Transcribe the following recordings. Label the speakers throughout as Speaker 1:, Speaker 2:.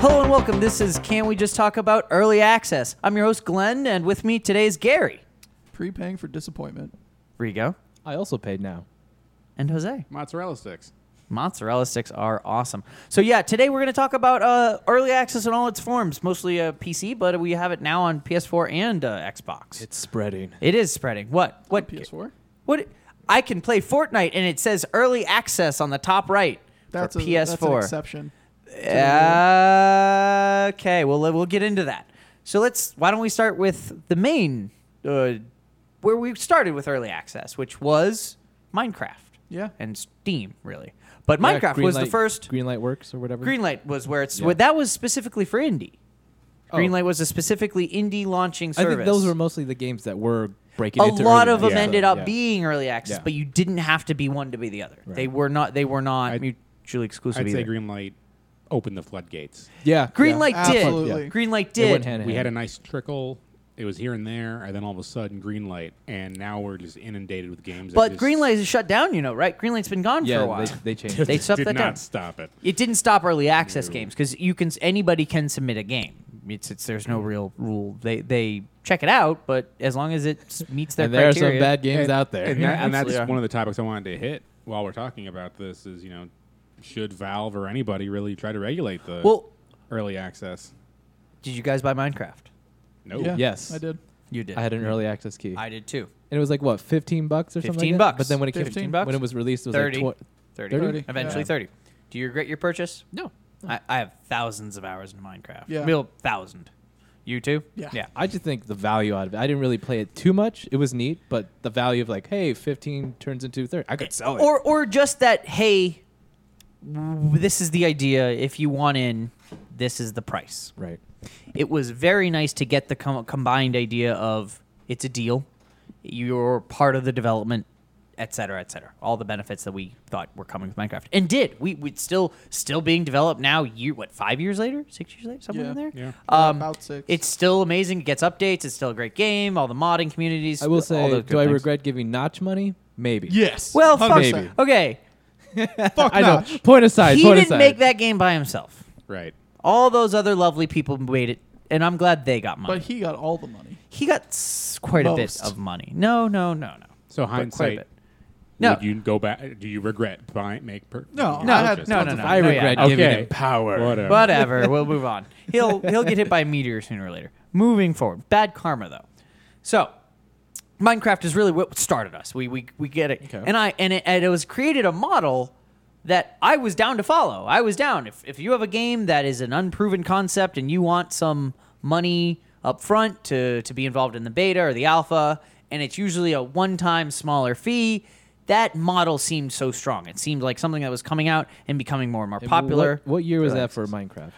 Speaker 1: Hello and welcome. This is Can We Just Talk About Early Access? I'm your host, Glenn, and with me today is Gary,
Speaker 2: Prepaying for disappointment.
Speaker 1: Rigo,
Speaker 3: I also paid now.
Speaker 1: and Jose.
Speaker 4: Mozzarella sticks.
Speaker 1: Mozzarella sticks are awesome. So, yeah, today we're going to talk about uh, early access in all its forms, mostly uh, PC, but we have it now on PS4 and uh, Xbox.
Speaker 3: It's spreading.
Speaker 1: It is spreading. What? What?
Speaker 2: PS4?
Speaker 1: What? I can play Fortnite, and it says early access on the top right
Speaker 2: That's
Speaker 1: for
Speaker 2: a
Speaker 1: PS4.
Speaker 2: That's an exception.
Speaker 1: Uh, okay, well we'll get into that. So let's. Why don't we start with the main, uh, where we started with early access, which was Minecraft
Speaker 2: Yeah.
Speaker 1: and Steam, really. But Minecraft was the first.
Speaker 3: Greenlight Works or whatever.
Speaker 1: Greenlight was where it's.
Speaker 3: Yeah.
Speaker 1: well, that was specifically for indie.
Speaker 3: Oh.
Speaker 1: Greenlight was a specifically indie launching
Speaker 3: I
Speaker 1: service.
Speaker 3: think those were mostly the games that were breaking.
Speaker 1: a
Speaker 3: into
Speaker 1: lot
Speaker 3: early
Speaker 1: of them
Speaker 3: access.
Speaker 1: ended up
Speaker 3: Yeah.
Speaker 1: being early access,
Speaker 3: Yeah.
Speaker 1: but you didn't have to be one to be the other.
Speaker 3: Right.
Speaker 1: They were not. They were not
Speaker 4: I'd-
Speaker 1: mutually exclusive.
Speaker 4: I'd
Speaker 1: either.
Speaker 4: say green light opened the floodgates.
Speaker 3: Yeah,
Speaker 1: Greenlight
Speaker 3: Yeah.
Speaker 1: did.
Speaker 2: Absolutely. Yeah.
Speaker 1: Greenlight
Speaker 3: They
Speaker 1: did.
Speaker 3: went hand in
Speaker 4: We had a
Speaker 3: hand.
Speaker 4: nice trickle. It was here and there, and then all of a sudden, green light, and now we're just inundated with games. that
Speaker 1: But
Speaker 4: just
Speaker 1: Greenlight is shut down, you know, right? Greenlight's been gone for a
Speaker 3: Yeah,
Speaker 1: while.
Speaker 3: they, they changed.
Speaker 4: did,
Speaker 1: they shut
Speaker 4: did
Speaker 1: that
Speaker 4: not
Speaker 1: down.
Speaker 4: stop it.
Speaker 1: it didn't stop early access games because you can anybody can submit a game. It's, it's there's no real rule. They they check it out, but as long as it s- meets their
Speaker 3: and there are some
Speaker 1: criteria,
Speaker 3: bad games out there.
Speaker 4: and,
Speaker 1: Yeah,
Speaker 4: that- and that's
Speaker 1: absolutely.
Speaker 4: one of the topics I wanted to hit while we're talking about this. Is you know, should Valve or anybody really try to regulate the
Speaker 1: Well,
Speaker 4: early access?
Speaker 1: did you guys buy Minecraft?
Speaker 4: No,
Speaker 2: Yeah,
Speaker 3: Yes.
Speaker 2: I did.
Speaker 1: You did.
Speaker 3: I had an early access key, and
Speaker 1: Mm-hmm. I did too.
Speaker 3: it was like what, fifteen bucks or something.
Speaker 1: 15
Speaker 3: like that?
Speaker 1: bucks.
Speaker 3: But then when it came,
Speaker 2: 15
Speaker 1: bucks.
Speaker 3: when it was released, it was
Speaker 1: 30.
Speaker 3: like 20.
Speaker 1: 30.
Speaker 3: 30?
Speaker 1: Eventually
Speaker 2: Yeah.
Speaker 1: 30. Do you regret your purchase?
Speaker 3: No,
Speaker 1: I, I have thousands of hours in Minecraft.
Speaker 2: Yeah.
Speaker 1: Real thousand. You too?
Speaker 2: Yeah.
Speaker 1: Yeah.
Speaker 3: I just think the value out of it. I didn't really play it too much. It was neat, but the value of like, hey, fifteen turns into thirty. I could sell it.
Speaker 1: Or or just that hey, w- this is the idea. If you want in, this is the price.
Speaker 3: right.
Speaker 1: It was very nice to get the com- combined idea of it's a deal, you're part of the development, et cetera, et cetera. All the benefits that we thought were coming with Minecraft and did. We we still still being developed now. Year what? Five years later? Six years later? Somewhere
Speaker 2: Yeah.
Speaker 1: in there.
Speaker 4: Yeah.
Speaker 1: Um,
Speaker 2: About six.
Speaker 1: It's still amazing. It gets updates. It's still a great game. All the modding communities.
Speaker 3: I will
Speaker 1: all
Speaker 3: say,
Speaker 1: those
Speaker 3: do
Speaker 1: good
Speaker 3: I
Speaker 1: things.
Speaker 3: regret Oh, giving Notch money? Maybe.
Speaker 2: Yes.
Speaker 1: Well, fuck.
Speaker 2: 100%.
Speaker 1: Okay.
Speaker 2: Fuck
Speaker 3: I know.
Speaker 2: Notch.
Speaker 3: Point aside.
Speaker 1: he
Speaker 3: point
Speaker 1: didn't
Speaker 3: aside.
Speaker 1: make that game by himself.
Speaker 4: right.
Speaker 1: All those other lovely people made it, and I'm glad they got money.
Speaker 2: But he got all the money.
Speaker 1: he got s- quite a bit
Speaker 2: Most.
Speaker 1: of money. No, no, no, no.
Speaker 4: So
Speaker 1: But quite a
Speaker 4: hindsight,
Speaker 1: bit. No.
Speaker 4: would you go back? Do you regret buying make per-
Speaker 2: No,
Speaker 4: your
Speaker 2: I had-
Speaker 4: purchase?
Speaker 1: no, no,
Speaker 2: Tons
Speaker 1: no,
Speaker 2: of-
Speaker 1: no.
Speaker 3: I
Speaker 1: no,
Speaker 3: regret
Speaker 1: yeah.
Speaker 3: giving
Speaker 4: Okay.
Speaker 3: him power.
Speaker 4: Whatever.
Speaker 1: Whatever. we'll move on. He'll he'll get hit by a meteor sooner or later. Moving forward, bad karma though. So, Minecraft is really what started us. We we, we get it,
Speaker 3: Okay.
Speaker 1: and I and it, and it was created a model that I was down to follow. I was down. If if you have a game that is an unproven concept and you want some money up front to to be involved in the beta or the alpha, and it's usually a one time smaller fee. That model seemed so strong. It seemed like something that was coming out and becoming more and more
Speaker 3: And
Speaker 1: popular.
Speaker 3: What, what year was
Speaker 1: Early
Speaker 3: that for Minecraft?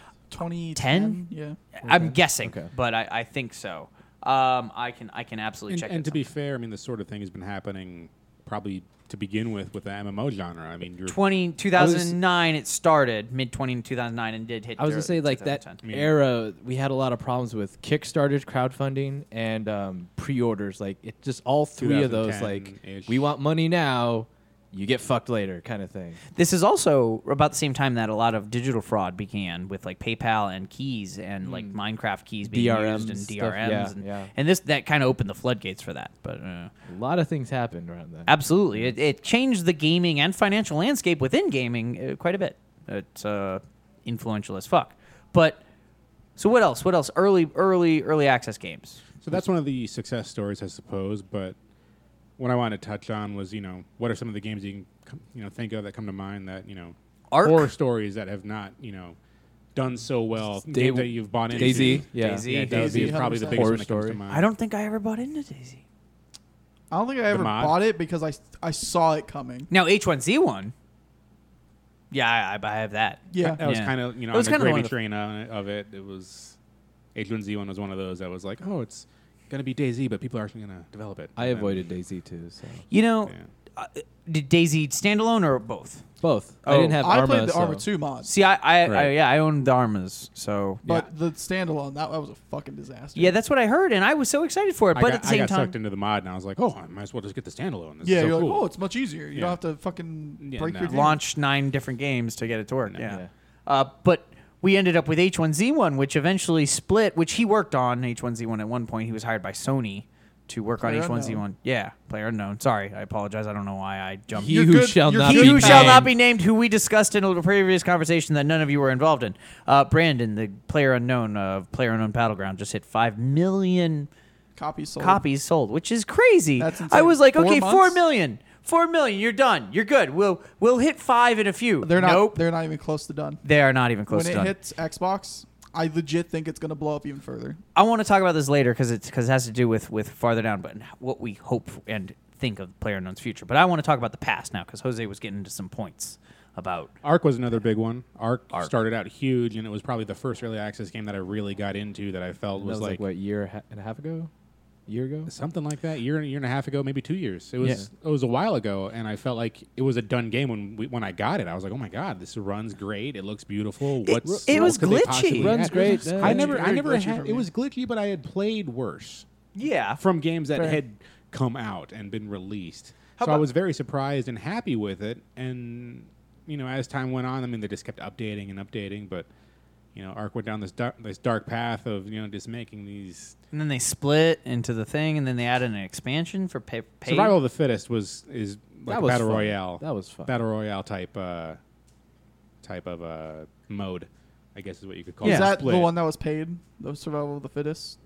Speaker 2: 2010? Yeah.
Speaker 1: I'm guessing,
Speaker 3: Okay.
Speaker 1: but I, I think so. Um, I can I can absolutely
Speaker 4: And,
Speaker 1: check.
Speaker 4: and
Speaker 1: it
Speaker 4: to be fair, I mean, this sort of thing has been happening probably to begin with with the MMO genre. I mean, you're,
Speaker 1: 20, 2009 it started mid 20 2009 and did hit.
Speaker 3: I was
Speaker 1: the-
Speaker 3: gonna say like that
Speaker 1: 2010.
Speaker 4: mean-
Speaker 3: era. We had a lot of problems with Kickstarters, crowdfunding, and um, pre-orders. Like it just all three of those. Like
Speaker 4: 2010-ish.
Speaker 3: we want money now, you get fucked later, kind of thing.
Speaker 1: This is also about the same time that a lot of digital fraud began with like PayPal and keys and
Speaker 3: Mm.
Speaker 1: like Minecraft keys being used
Speaker 3: DRMs
Speaker 1: and
Speaker 3: stuff,
Speaker 1: DRMs
Speaker 3: yeah,
Speaker 1: and,
Speaker 3: yeah.
Speaker 1: and this that kind of opened the floodgates for that. But uh,
Speaker 3: A lot of things happened around that.
Speaker 1: absolutely, it, it changed the gaming and financial landscape within gaming uh, quite a bit. It's uh, influential as fuck. But so what else? What else? Early early early access games.
Speaker 4: so that's one of the success stories, I suppose. But what I wanted to touch on was, you know, what are some of the games you can, come, you know, think of that come to mind that you know,
Speaker 1: Ark?
Speaker 4: horror stories that have not, you know, done so well.
Speaker 3: Day-
Speaker 4: games that you've bought into.
Speaker 3: Daisy, yeah,
Speaker 1: Daisy.
Speaker 4: Yeah, Daisy is
Speaker 2: Daisy,
Speaker 4: probably the
Speaker 2: 100%.
Speaker 4: biggest
Speaker 3: Horror
Speaker 4: one that comes
Speaker 3: story.
Speaker 4: to mind.
Speaker 1: I don't think I ever bought into Daisy.
Speaker 2: I don't think I ever
Speaker 4: mod?
Speaker 2: bought it because I, s- I saw it coming.
Speaker 1: Now H1Z1. Yeah, I, I- I have that.
Speaker 2: Yeah.
Speaker 4: That was
Speaker 1: Yeah.
Speaker 4: kind of you know
Speaker 1: That was
Speaker 4: on the
Speaker 1: kinda one
Speaker 4: gravy
Speaker 1: of the-
Speaker 4: train on it- of it. It was H1Z1 was one of those that was like, oh, it's gonna be Daisy, but people are actually gonna develop it.
Speaker 3: I
Speaker 4: And-
Speaker 3: avoided Daisy too. So
Speaker 1: You know,
Speaker 4: Yeah.
Speaker 1: uh, did Daisy standalone or both?
Speaker 3: both. I
Speaker 1: Oh,
Speaker 3: didn't have
Speaker 2: I
Speaker 3: Arma.
Speaker 2: played the
Speaker 3: so.
Speaker 2: Arma 2 mod,
Speaker 1: See, I, I, I
Speaker 4: Right.
Speaker 1: yeah, I owned the Armas, so
Speaker 2: but the standalone, that, that was a fucking disaster.
Speaker 1: yeah, that's what I heard, and I was so excited for it.
Speaker 4: I
Speaker 1: but
Speaker 4: got,
Speaker 1: at the
Speaker 4: I
Speaker 1: same
Speaker 4: got
Speaker 1: time,
Speaker 4: sucked into the mod, and I was like, oh, I might as well just get the standalone. This is
Speaker 2: Yeah,
Speaker 4: so
Speaker 2: you're
Speaker 4: cool.
Speaker 2: like, oh, it's much easier. You
Speaker 4: Yeah.
Speaker 2: don't have to fucking
Speaker 4: Yeah,
Speaker 2: break
Speaker 4: no.
Speaker 2: your game.
Speaker 1: launch nine different games to get it to work. Yeah,
Speaker 3: Yeah.
Speaker 1: Uh, but we ended up with H1Z1, which eventually split, which he worked on H1Z1 at one point. He was hired by Sony to work
Speaker 2: Player
Speaker 1: on H1Z1.
Speaker 2: Unknown.
Speaker 1: Yeah, player unknown. Sorry, I apologize. I don't know why I jumped.
Speaker 3: He
Speaker 2: You're
Speaker 3: who
Speaker 2: good-
Speaker 3: shall
Speaker 2: you're
Speaker 3: not
Speaker 2: good.
Speaker 1: he
Speaker 3: be
Speaker 1: who shall not be
Speaker 3: named.
Speaker 1: named, who we discussed in a previous conversation that none of you were involved in. Uh, Brandon, the player unknown of player unknown battleground, just hit five million
Speaker 2: Copies sold.
Speaker 1: copies sold, which is crazy.
Speaker 2: That's insane.
Speaker 1: I was like,
Speaker 2: Four
Speaker 1: okay, four
Speaker 2: months?
Speaker 1: million, four million, you're done, you're good. We'll we'll hit five in a few.
Speaker 2: They're not.
Speaker 1: Nope,
Speaker 2: They're not even close to done.
Speaker 1: they are not even close to
Speaker 2: when it
Speaker 1: done.
Speaker 2: hits Xbox, I legit think it's gonna blow up even further.
Speaker 1: I want to talk about this later because it's because it has to do with with farther down, but what we hope and think of player unknown's future. But I want to talk about the past now because Jose was getting into some points about
Speaker 4: Arc was another big one. Arc,
Speaker 1: Arc.
Speaker 4: started out huge, and it was probably the first early access game that I really got into that I felt
Speaker 3: That was like, what year ha- and a half ago, year ago.
Speaker 4: something like that year and year and a half ago, maybe two years. It was it was a while ago, and I felt like it was a done game when we, when I got it. I was like, oh my god, this runs great. It looks beautiful. What's
Speaker 1: it
Speaker 4: what
Speaker 1: was
Speaker 4: could they
Speaker 1: glitchy.
Speaker 4: possibly
Speaker 3: Runs
Speaker 4: add?
Speaker 3: great, yeah.
Speaker 4: I never I
Speaker 2: Very
Speaker 4: never
Speaker 2: glitchy
Speaker 4: had
Speaker 2: for
Speaker 4: it
Speaker 2: me.
Speaker 4: was glitchy, but I had played worse
Speaker 1: yeah
Speaker 4: from games that
Speaker 2: Fair.
Speaker 4: had come out and been released.
Speaker 1: How
Speaker 4: so I
Speaker 1: about-
Speaker 4: was very surprised and happy with it. And you know, as time went on, I mean, they just kept updating and updating. But you know, Arc went down this dark, this dark path of you know just making these
Speaker 1: And then they split into the thing, and then they added an expansion for pay. pay.
Speaker 4: survival of the fittest was is like
Speaker 3: That
Speaker 4: a
Speaker 3: was
Speaker 4: battle
Speaker 3: fun.
Speaker 4: royale.
Speaker 3: That was fun.
Speaker 4: Battle royale type uh, type of uh, mode. I guess is what you could call
Speaker 1: Yeah.
Speaker 4: it.
Speaker 2: Oh, Is that
Speaker 4: split.
Speaker 2: the one that was paid? The survival of the fittest.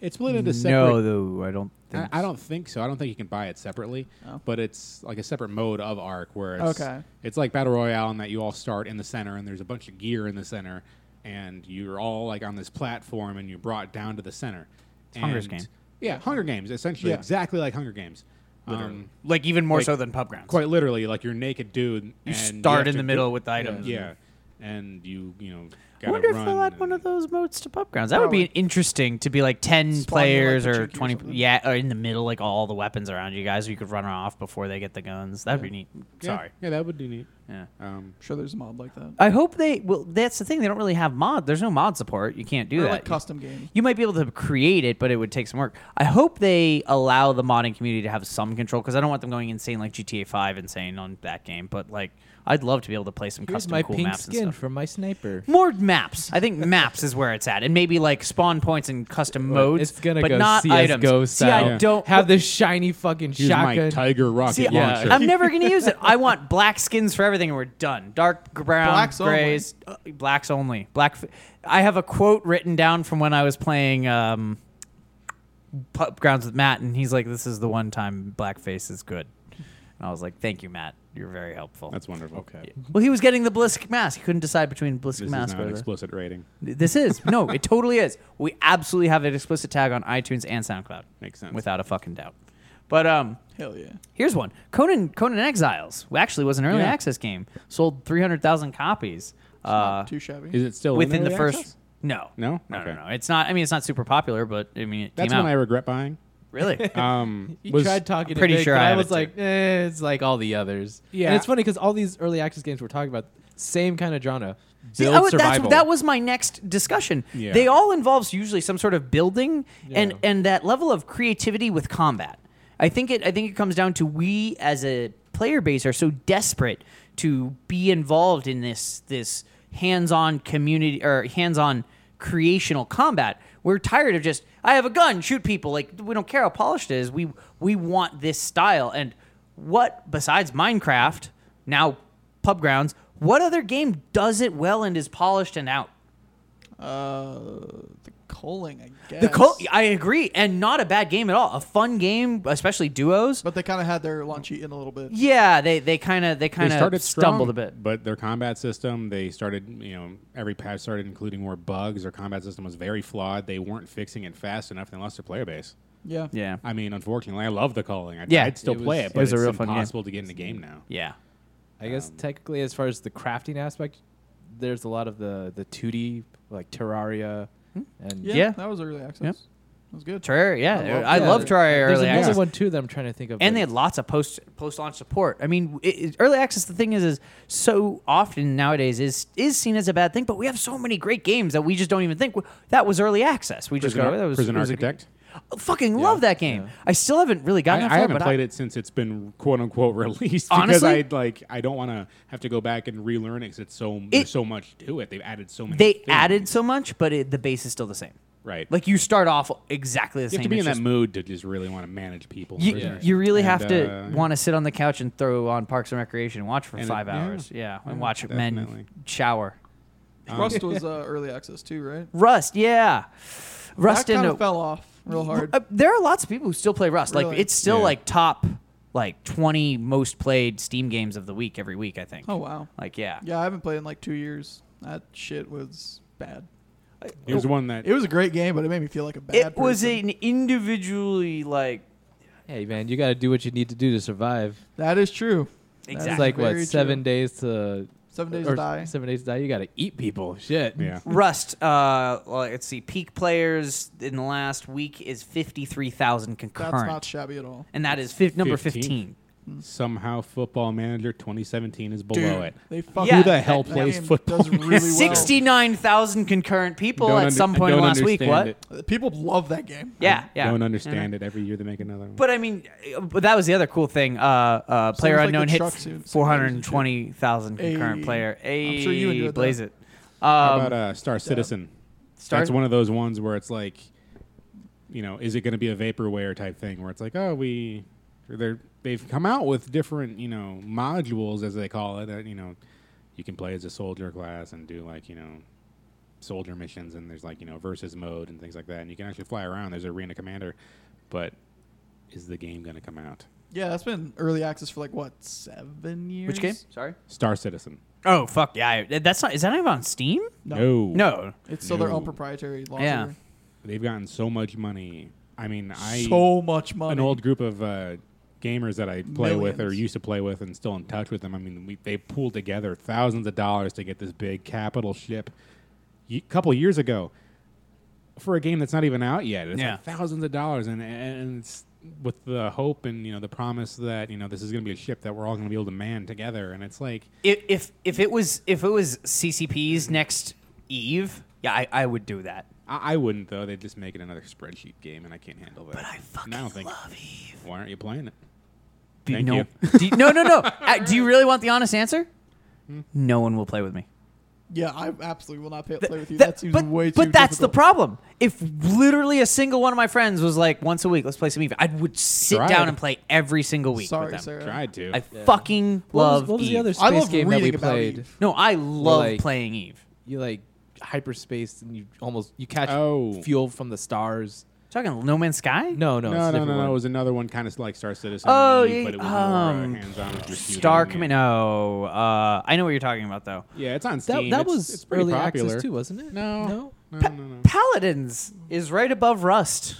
Speaker 4: It's split into separate
Speaker 1: no, though I don't
Speaker 4: I,
Speaker 1: think.
Speaker 4: I don't think so. I don't think you can buy it separately,
Speaker 2: Oh.
Speaker 4: but it's like a separate mode of Arc where it's,
Speaker 2: Okay.
Speaker 4: it's like battle royale in that you all start in the center and there's a bunch of gear in the center and you're all like on this platform and you're brought down to the center. It's
Speaker 1: Hunger's game.
Speaker 4: Yeah, Hunger Games essentially
Speaker 2: Yeah.
Speaker 4: exactly like Hunger Games. Um,
Speaker 1: like even more
Speaker 4: Like,
Speaker 1: so than pub grounds.
Speaker 4: quite literally, like you're a naked dude.
Speaker 1: you
Speaker 4: and have
Speaker 1: start in
Speaker 4: to
Speaker 1: the
Speaker 4: go-
Speaker 1: middle with the
Speaker 4: Yeah,
Speaker 1: items.
Speaker 4: yeah, and you you know.
Speaker 1: I
Speaker 4: Gotta
Speaker 1: wonder if
Speaker 4: run
Speaker 1: they'll add
Speaker 4: and-
Speaker 1: one of those modes to pub grounds. That would be
Speaker 2: Probably.
Speaker 1: interesting to be like ten
Speaker 2: Spawn you, like,
Speaker 1: players
Speaker 2: the
Speaker 1: or
Speaker 2: turkey or
Speaker 1: twenty.
Speaker 2: something.
Speaker 1: yeah, or in the middle, like all the weapons around you guys. You could run off before they get the guns. That'd be neat.
Speaker 4: Yeah,
Speaker 1: Sorry.
Speaker 4: Yeah, that would be neat.
Speaker 1: Yeah.
Speaker 4: Um,
Speaker 2: I'm sure there's a mod like that.
Speaker 1: I hope they. Well, that's the thing. They don't really have mod. There's no mod support. You can't do
Speaker 2: or
Speaker 1: that.
Speaker 2: like
Speaker 1: You-
Speaker 2: custom game.
Speaker 1: you might be able to create it, but it would take some work. I hope they allow the modding community to have some control because I don't want them going insane like GTA 5 insane on that game. But like, I'd love to be able to play some
Speaker 3: Here's
Speaker 1: custom
Speaker 3: my
Speaker 1: cool
Speaker 3: pink
Speaker 1: maps
Speaker 3: skin
Speaker 1: and stuff.
Speaker 3: from my sniper.
Speaker 1: More maps. I think maps is where it's at, and maybe like spawn points and custom modes.
Speaker 3: It's gonna
Speaker 1: but
Speaker 3: go
Speaker 1: not
Speaker 3: CS:GO
Speaker 1: items. See, I
Speaker 3: style.
Speaker 4: Yeah.
Speaker 1: don't
Speaker 3: have this shiny fucking
Speaker 4: here's my
Speaker 3: shotgun.
Speaker 4: Tiger rocket
Speaker 1: See,
Speaker 3: Yeah.
Speaker 4: launcher.
Speaker 1: I'm never gonna use it. I want black skins for everything, and we're done. Dark brown,
Speaker 2: Blacks only.
Speaker 1: grays, uh, blacks only. Black. F- I have a quote written down from when I was playing um, Pub Grounds with Matt, and he's like, "This is the one time blackface is good." And I was like, "Thank you, Matt. You're very helpful."
Speaker 4: That's wonderful.
Speaker 3: okay.
Speaker 1: well, he was getting the Blisk mask. He couldn't decide between Blisk
Speaker 4: This is
Speaker 1: mask or
Speaker 4: not an
Speaker 1: the-
Speaker 4: explicit rating.
Speaker 1: This is no. It totally is. We absolutely have an explicit tag on iTunes and SoundCloud.
Speaker 4: Makes sense.
Speaker 1: Without a fucking doubt. But um.
Speaker 2: Hell yeah.
Speaker 1: Here's one. Conan Conan Exiles well, actually was an early
Speaker 4: Yeah.
Speaker 1: access game. Sold 300,000 copies uh,
Speaker 2: Not too shabby.
Speaker 4: Is it still
Speaker 1: within
Speaker 4: in
Speaker 1: the
Speaker 4: early
Speaker 1: first
Speaker 4: access?
Speaker 1: No.
Speaker 4: No?
Speaker 1: No,
Speaker 4: Okay.
Speaker 1: no, no. It's not I mean it's not super popular, but I mean it
Speaker 4: That's
Speaker 1: came
Speaker 4: when
Speaker 1: out.
Speaker 4: I regret buying.
Speaker 1: really?
Speaker 4: Um,
Speaker 3: You
Speaker 4: was-
Speaker 3: tried talking.
Speaker 1: I'm pretty
Speaker 3: to Vic,
Speaker 1: sure
Speaker 3: but
Speaker 1: I
Speaker 3: I,
Speaker 1: have
Speaker 3: was
Speaker 1: it too.
Speaker 3: like, eh, it's like all the others.
Speaker 4: Yeah.
Speaker 3: and it's funny because all these early access games we're talking about, same kind of genre. Build
Speaker 1: See, I would- that's-
Speaker 3: survival.
Speaker 1: that was my next discussion.
Speaker 4: Yeah.
Speaker 1: They all involves usually some sort of building and
Speaker 3: Yeah.
Speaker 1: and that level of creativity with combat. I think it I think it comes down to we as a player base are so desperate to be involved in this this hands-on community or hands-on creational combat. We're tired of just I have a gun, shoot people. Like we don't care how polished it is. We we want this style and what besides Minecraft, now pub grounds, what other game does it well and is polished and out?
Speaker 2: Uh, the culling, I guess.
Speaker 1: The Col- I agree, and not a bad game at all. A fun game, especially duos.
Speaker 2: But they kind of had their launch in a little bit.
Speaker 1: yeah, they they kind of they
Speaker 4: they
Speaker 1: kind
Speaker 4: started
Speaker 1: of stumbled
Speaker 4: strong,
Speaker 1: a bit.
Speaker 4: but their combat system. They started, you know, every patch started including more bugs. Their combat system was very flawed. They weren't fixing it fast enough. and They lost their player base.
Speaker 2: Yeah.
Speaker 1: Yeah,
Speaker 4: I mean, unfortunately, I love the calling. I'd,
Speaker 1: Yeah.
Speaker 4: I'd still
Speaker 3: It
Speaker 4: play
Speaker 3: was-
Speaker 4: it,
Speaker 3: it
Speaker 4: but
Speaker 1: was a
Speaker 4: it's
Speaker 1: real fun game.
Speaker 4: impossible to get in the game now.
Speaker 1: yeah.
Speaker 3: I guess
Speaker 1: Um,
Speaker 3: technically, as far as the crafting aspect, there's a lot of the the 2D like Terraria, and
Speaker 2: Yeah.
Speaker 1: Hmm? Yeah.
Speaker 2: That was early access.
Speaker 1: Yep.
Speaker 2: That was good.
Speaker 1: Terraria, yeah, I
Speaker 3: Yeah,
Speaker 1: love Terraria
Speaker 3: There's
Speaker 1: early
Speaker 3: another
Speaker 1: access,
Speaker 3: one too that I'm trying to think of.
Speaker 1: and
Speaker 3: but
Speaker 1: they had lots of post post launch support. I mean, it, it- early access. The thing is, is so often nowadays is is seen as a bad thing, but we have so many great games that we just don't even think w- that was early access. We just
Speaker 4: Prison,
Speaker 1: go
Speaker 4: Ar-
Speaker 1: that was
Speaker 4: Prison
Speaker 1: it was a g-
Speaker 4: Architect.
Speaker 1: fucking love that game. I still haven't really gotten
Speaker 4: I,
Speaker 1: that
Speaker 4: I
Speaker 1: far,
Speaker 4: haven't
Speaker 1: but
Speaker 4: played it since it's been quote unquote released because
Speaker 1: Honestly?
Speaker 4: I like I don't want to have to go back and relearn it because it's so
Speaker 1: It-
Speaker 4: there's so much to it. They've added so many.
Speaker 1: They
Speaker 4: things.
Speaker 1: added so much, but it, the base is still the same.
Speaker 4: right.
Speaker 1: Like you start off exactly the
Speaker 4: you
Speaker 1: same.
Speaker 4: have to be in
Speaker 1: it's
Speaker 4: that
Speaker 1: just-
Speaker 4: mood to just really want to manage people.
Speaker 1: You,
Speaker 4: Yeah.
Speaker 1: you really
Speaker 4: And,
Speaker 1: have to
Speaker 4: uh,
Speaker 1: want to sit on the couch and throw on Parks and Recreation and watch for
Speaker 4: And it-
Speaker 1: five
Speaker 4: yeah.
Speaker 1: hours. Yeah, and
Speaker 4: Yeah,
Speaker 1: watch men
Speaker 4: definitely.
Speaker 1: shower.
Speaker 2: Rust was uh, early access too, right?
Speaker 1: Rust, yeah. Rust
Speaker 2: that kind
Speaker 1: and
Speaker 2: of fell off real hard.
Speaker 1: uh, there are lots of people who still play Rust. Like
Speaker 2: Really?
Speaker 1: it's still
Speaker 4: Yeah.
Speaker 1: like top like 20 most played Steam games of the week every week, I think.
Speaker 2: oh wow.
Speaker 1: Like yeah.
Speaker 2: Yeah, I haven't played in like two years. That shit was bad.
Speaker 4: Here's one that
Speaker 2: It was a great game, but it made me feel like a bad.
Speaker 1: It was
Speaker 2: person.
Speaker 1: an individually like
Speaker 3: Hey man, you got to do what you need to do to survive.
Speaker 2: That is true.
Speaker 1: Exactly.
Speaker 3: It's like what
Speaker 2: Very
Speaker 3: seven
Speaker 2: true.
Speaker 3: days to
Speaker 2: Seven days
Speaker 3: or
Speaker 2: to die.
Speaker 3: Seven days to die. You got to eat people. Shit.
Speaker 4: yeah.
Speaker 1: Rust, uh, well, let's see, peak players in the last week is 53,000
Speaker 2: That's
Speaker 1: concurrent.
Speaker 2: not shabby at all.
Speaker 1: and that is fif- number
Speaker 4: 15th?
Speaker 1: 15.
Speaker 4: Somehow Football Manager 2017 is below
Speaker 2: Dude,
Speaker 4: it.
Speaker 2: They fucking
Speaker 1: Yeah.
Speaker 4: Who the hell
Speaker 2: that
Speaker 4: plays
Speaker 2: game
Speaker 4: football?
Speaker 2: Does really well.
Speaker 1: 69,000 concurrent people
Speaker 4: Don't
Speaker 1: at
Speaker 4: under-
Speaker 1: some point
Speaker 4: don't
Speaker 1: last week.
Speaker 4: understand
Speaker 1: What?
Speaker 4: it.
Speaker 2: People love that game.
Speaker 1: Yeah, yeah.
Speaker 4: Don't understand it. Every year they make another one.
Speaker 1: But I mean, uh, but that was the other cool thing. Uh, uh, player
Speaker 2: like the
Speaker 1: unknown
Speaker 2: truck
Speaker 1: hit
Speaker 2: suits.
Speaker 1: four hundred twenty thousand concurrent
Speaker 2: Ayy.
Speaker 1: player. Hey,
Speaker 2: I'm sure you enjoyed
Speaker 1: blaze
Speaker 2: that.
Speaker 1: it. Um,
Speaker 4: How about uh, Star Citizen?
Speaker 1: Star-
Speaker 4: That's one of those ones where it's like, you know, is it going to be a vaporware type thing where it's like, oh, we, they're they've come out with different, you know, modules as they call it. That, you know, you can play as a soldier class and do like, you know, soldier missions and there's like, you know, versus mode and things like that. And you can actually fly around. There's arena commander, but is the game going to come out?
Speaker 2: Yeah, that's been early access for like what seven years?
Speaker 1: which game? Sorry.
Speaker 4: Star Citizen.
Speaker 1: Oh fuck yeah! I- That's not. Is that even on Steam?
Speaker 2: No,
Speaker 1: No.
Speaker 2: it's still their
Speaker 4: No.
Speaker 2: own proprietary launcher.
Speaker 1: Yeah.
Speaker 4: They've gotten so much money. I mean, I
Speaker 2: so much money.
Speaker 4: an old group of uh, gamers that I play with or
Speaker 2: Millions.
Speaker 4: used to play with and still in touch with them. I mean, we, they pooled together thousands of dollars to get this big capital ship a couple years ago for a game that's not even out yet. It's
Speaker 1: Yeah.
Speaker 4: like thousands of dollars, and and it's with the hope and you know the promise that you know this is going to be a ship that we're all going to be able to man together. And it's like
Speaker 1: If, if if it was if it was CCP's next Eve, yeah, I, I would do that.
Speaker 4: I, I wouldn't though. They'd just make it another spreadsheet game, and I can't handle that. But
Speaker 1: I fucking
Speaker 4: I don't think.
Speaker 1: love Eve.
Speaker 4: Why aren't you playing it?
Speaker 1: Do
Speaker 4: Thank
Speaker 1: no,
Speaker 4: you.
Speaker 1: do you- no, no, no. Uh, do you really want the honest answer?
Speaker 4: Hmm?
Speaker 1: No one will play with me.
Speaker 2: Yeah, I absolutely will not pay, play with you.
Speaker 1: That-
Speaker 2: that seems
Speaker 1: but,
Speaker 2: way too.
Speaker 1: but that's the
Speaker 2: difficult.
Speaker 1: problem. If literally a single one of my friends was like, once a week, let's play some Eve, I would sit
Speaker 4: Tried.
Speaker 1: down and play every single week. with
Speaker 2: Sorry,
Speaker 1: them.
Speaker 2: Sarah.
Speaker 4: Tried to.
Speaker 1: I fucking love
Speaker 3: What was
Speaker 1: Eve.
Speaker 3: the other space
Speaker 2: I love
Speaker 3: game that we
Speaker 2: reading about
Speaker 3: played?
Speaker 2: Eve.
Speaker 1: No, I love
Speaker 3: like-
Speaker 1: playing Eve.
Speaker 3: You like hyperspace and you almost you catch
Speaker 4: Oh.
Speaker 3: fuel from the stars.
Speaker 1: Talking No Man's Sky?
Speaker 3: No, no, it's a
Speaker 4: No, no,
Speaker 3: different
Speaker 4: no, no.
Speaker 3: one.
Speaker 4: It was another one kind of like Star Citizen.
Speaker 1: Oh,
Speaker 4: Eve,
Speaker 1: yeah,
Speaker 4: but it was
Speaker 1: um,
Speaker 4: more uh, hands on.
Speaker 1: Star Command. No. Uh, I know what you're talking about, though.
Speaker 4: Yeah, it's on
Speaker 3: that,
Speaker 4: Steam.
Speaker 3: that
Speaker 4: It's-
Speaker 3: was
Speaker 4: it's pretty
Speaker 3: early
Speaker 4: popular.
Speaker 3: access too, wasn't it?
Speaker 4: No,
Speaker 3: no.
Speaker 4: no, no, no.
Speaker 1: Paladins is right above Rust.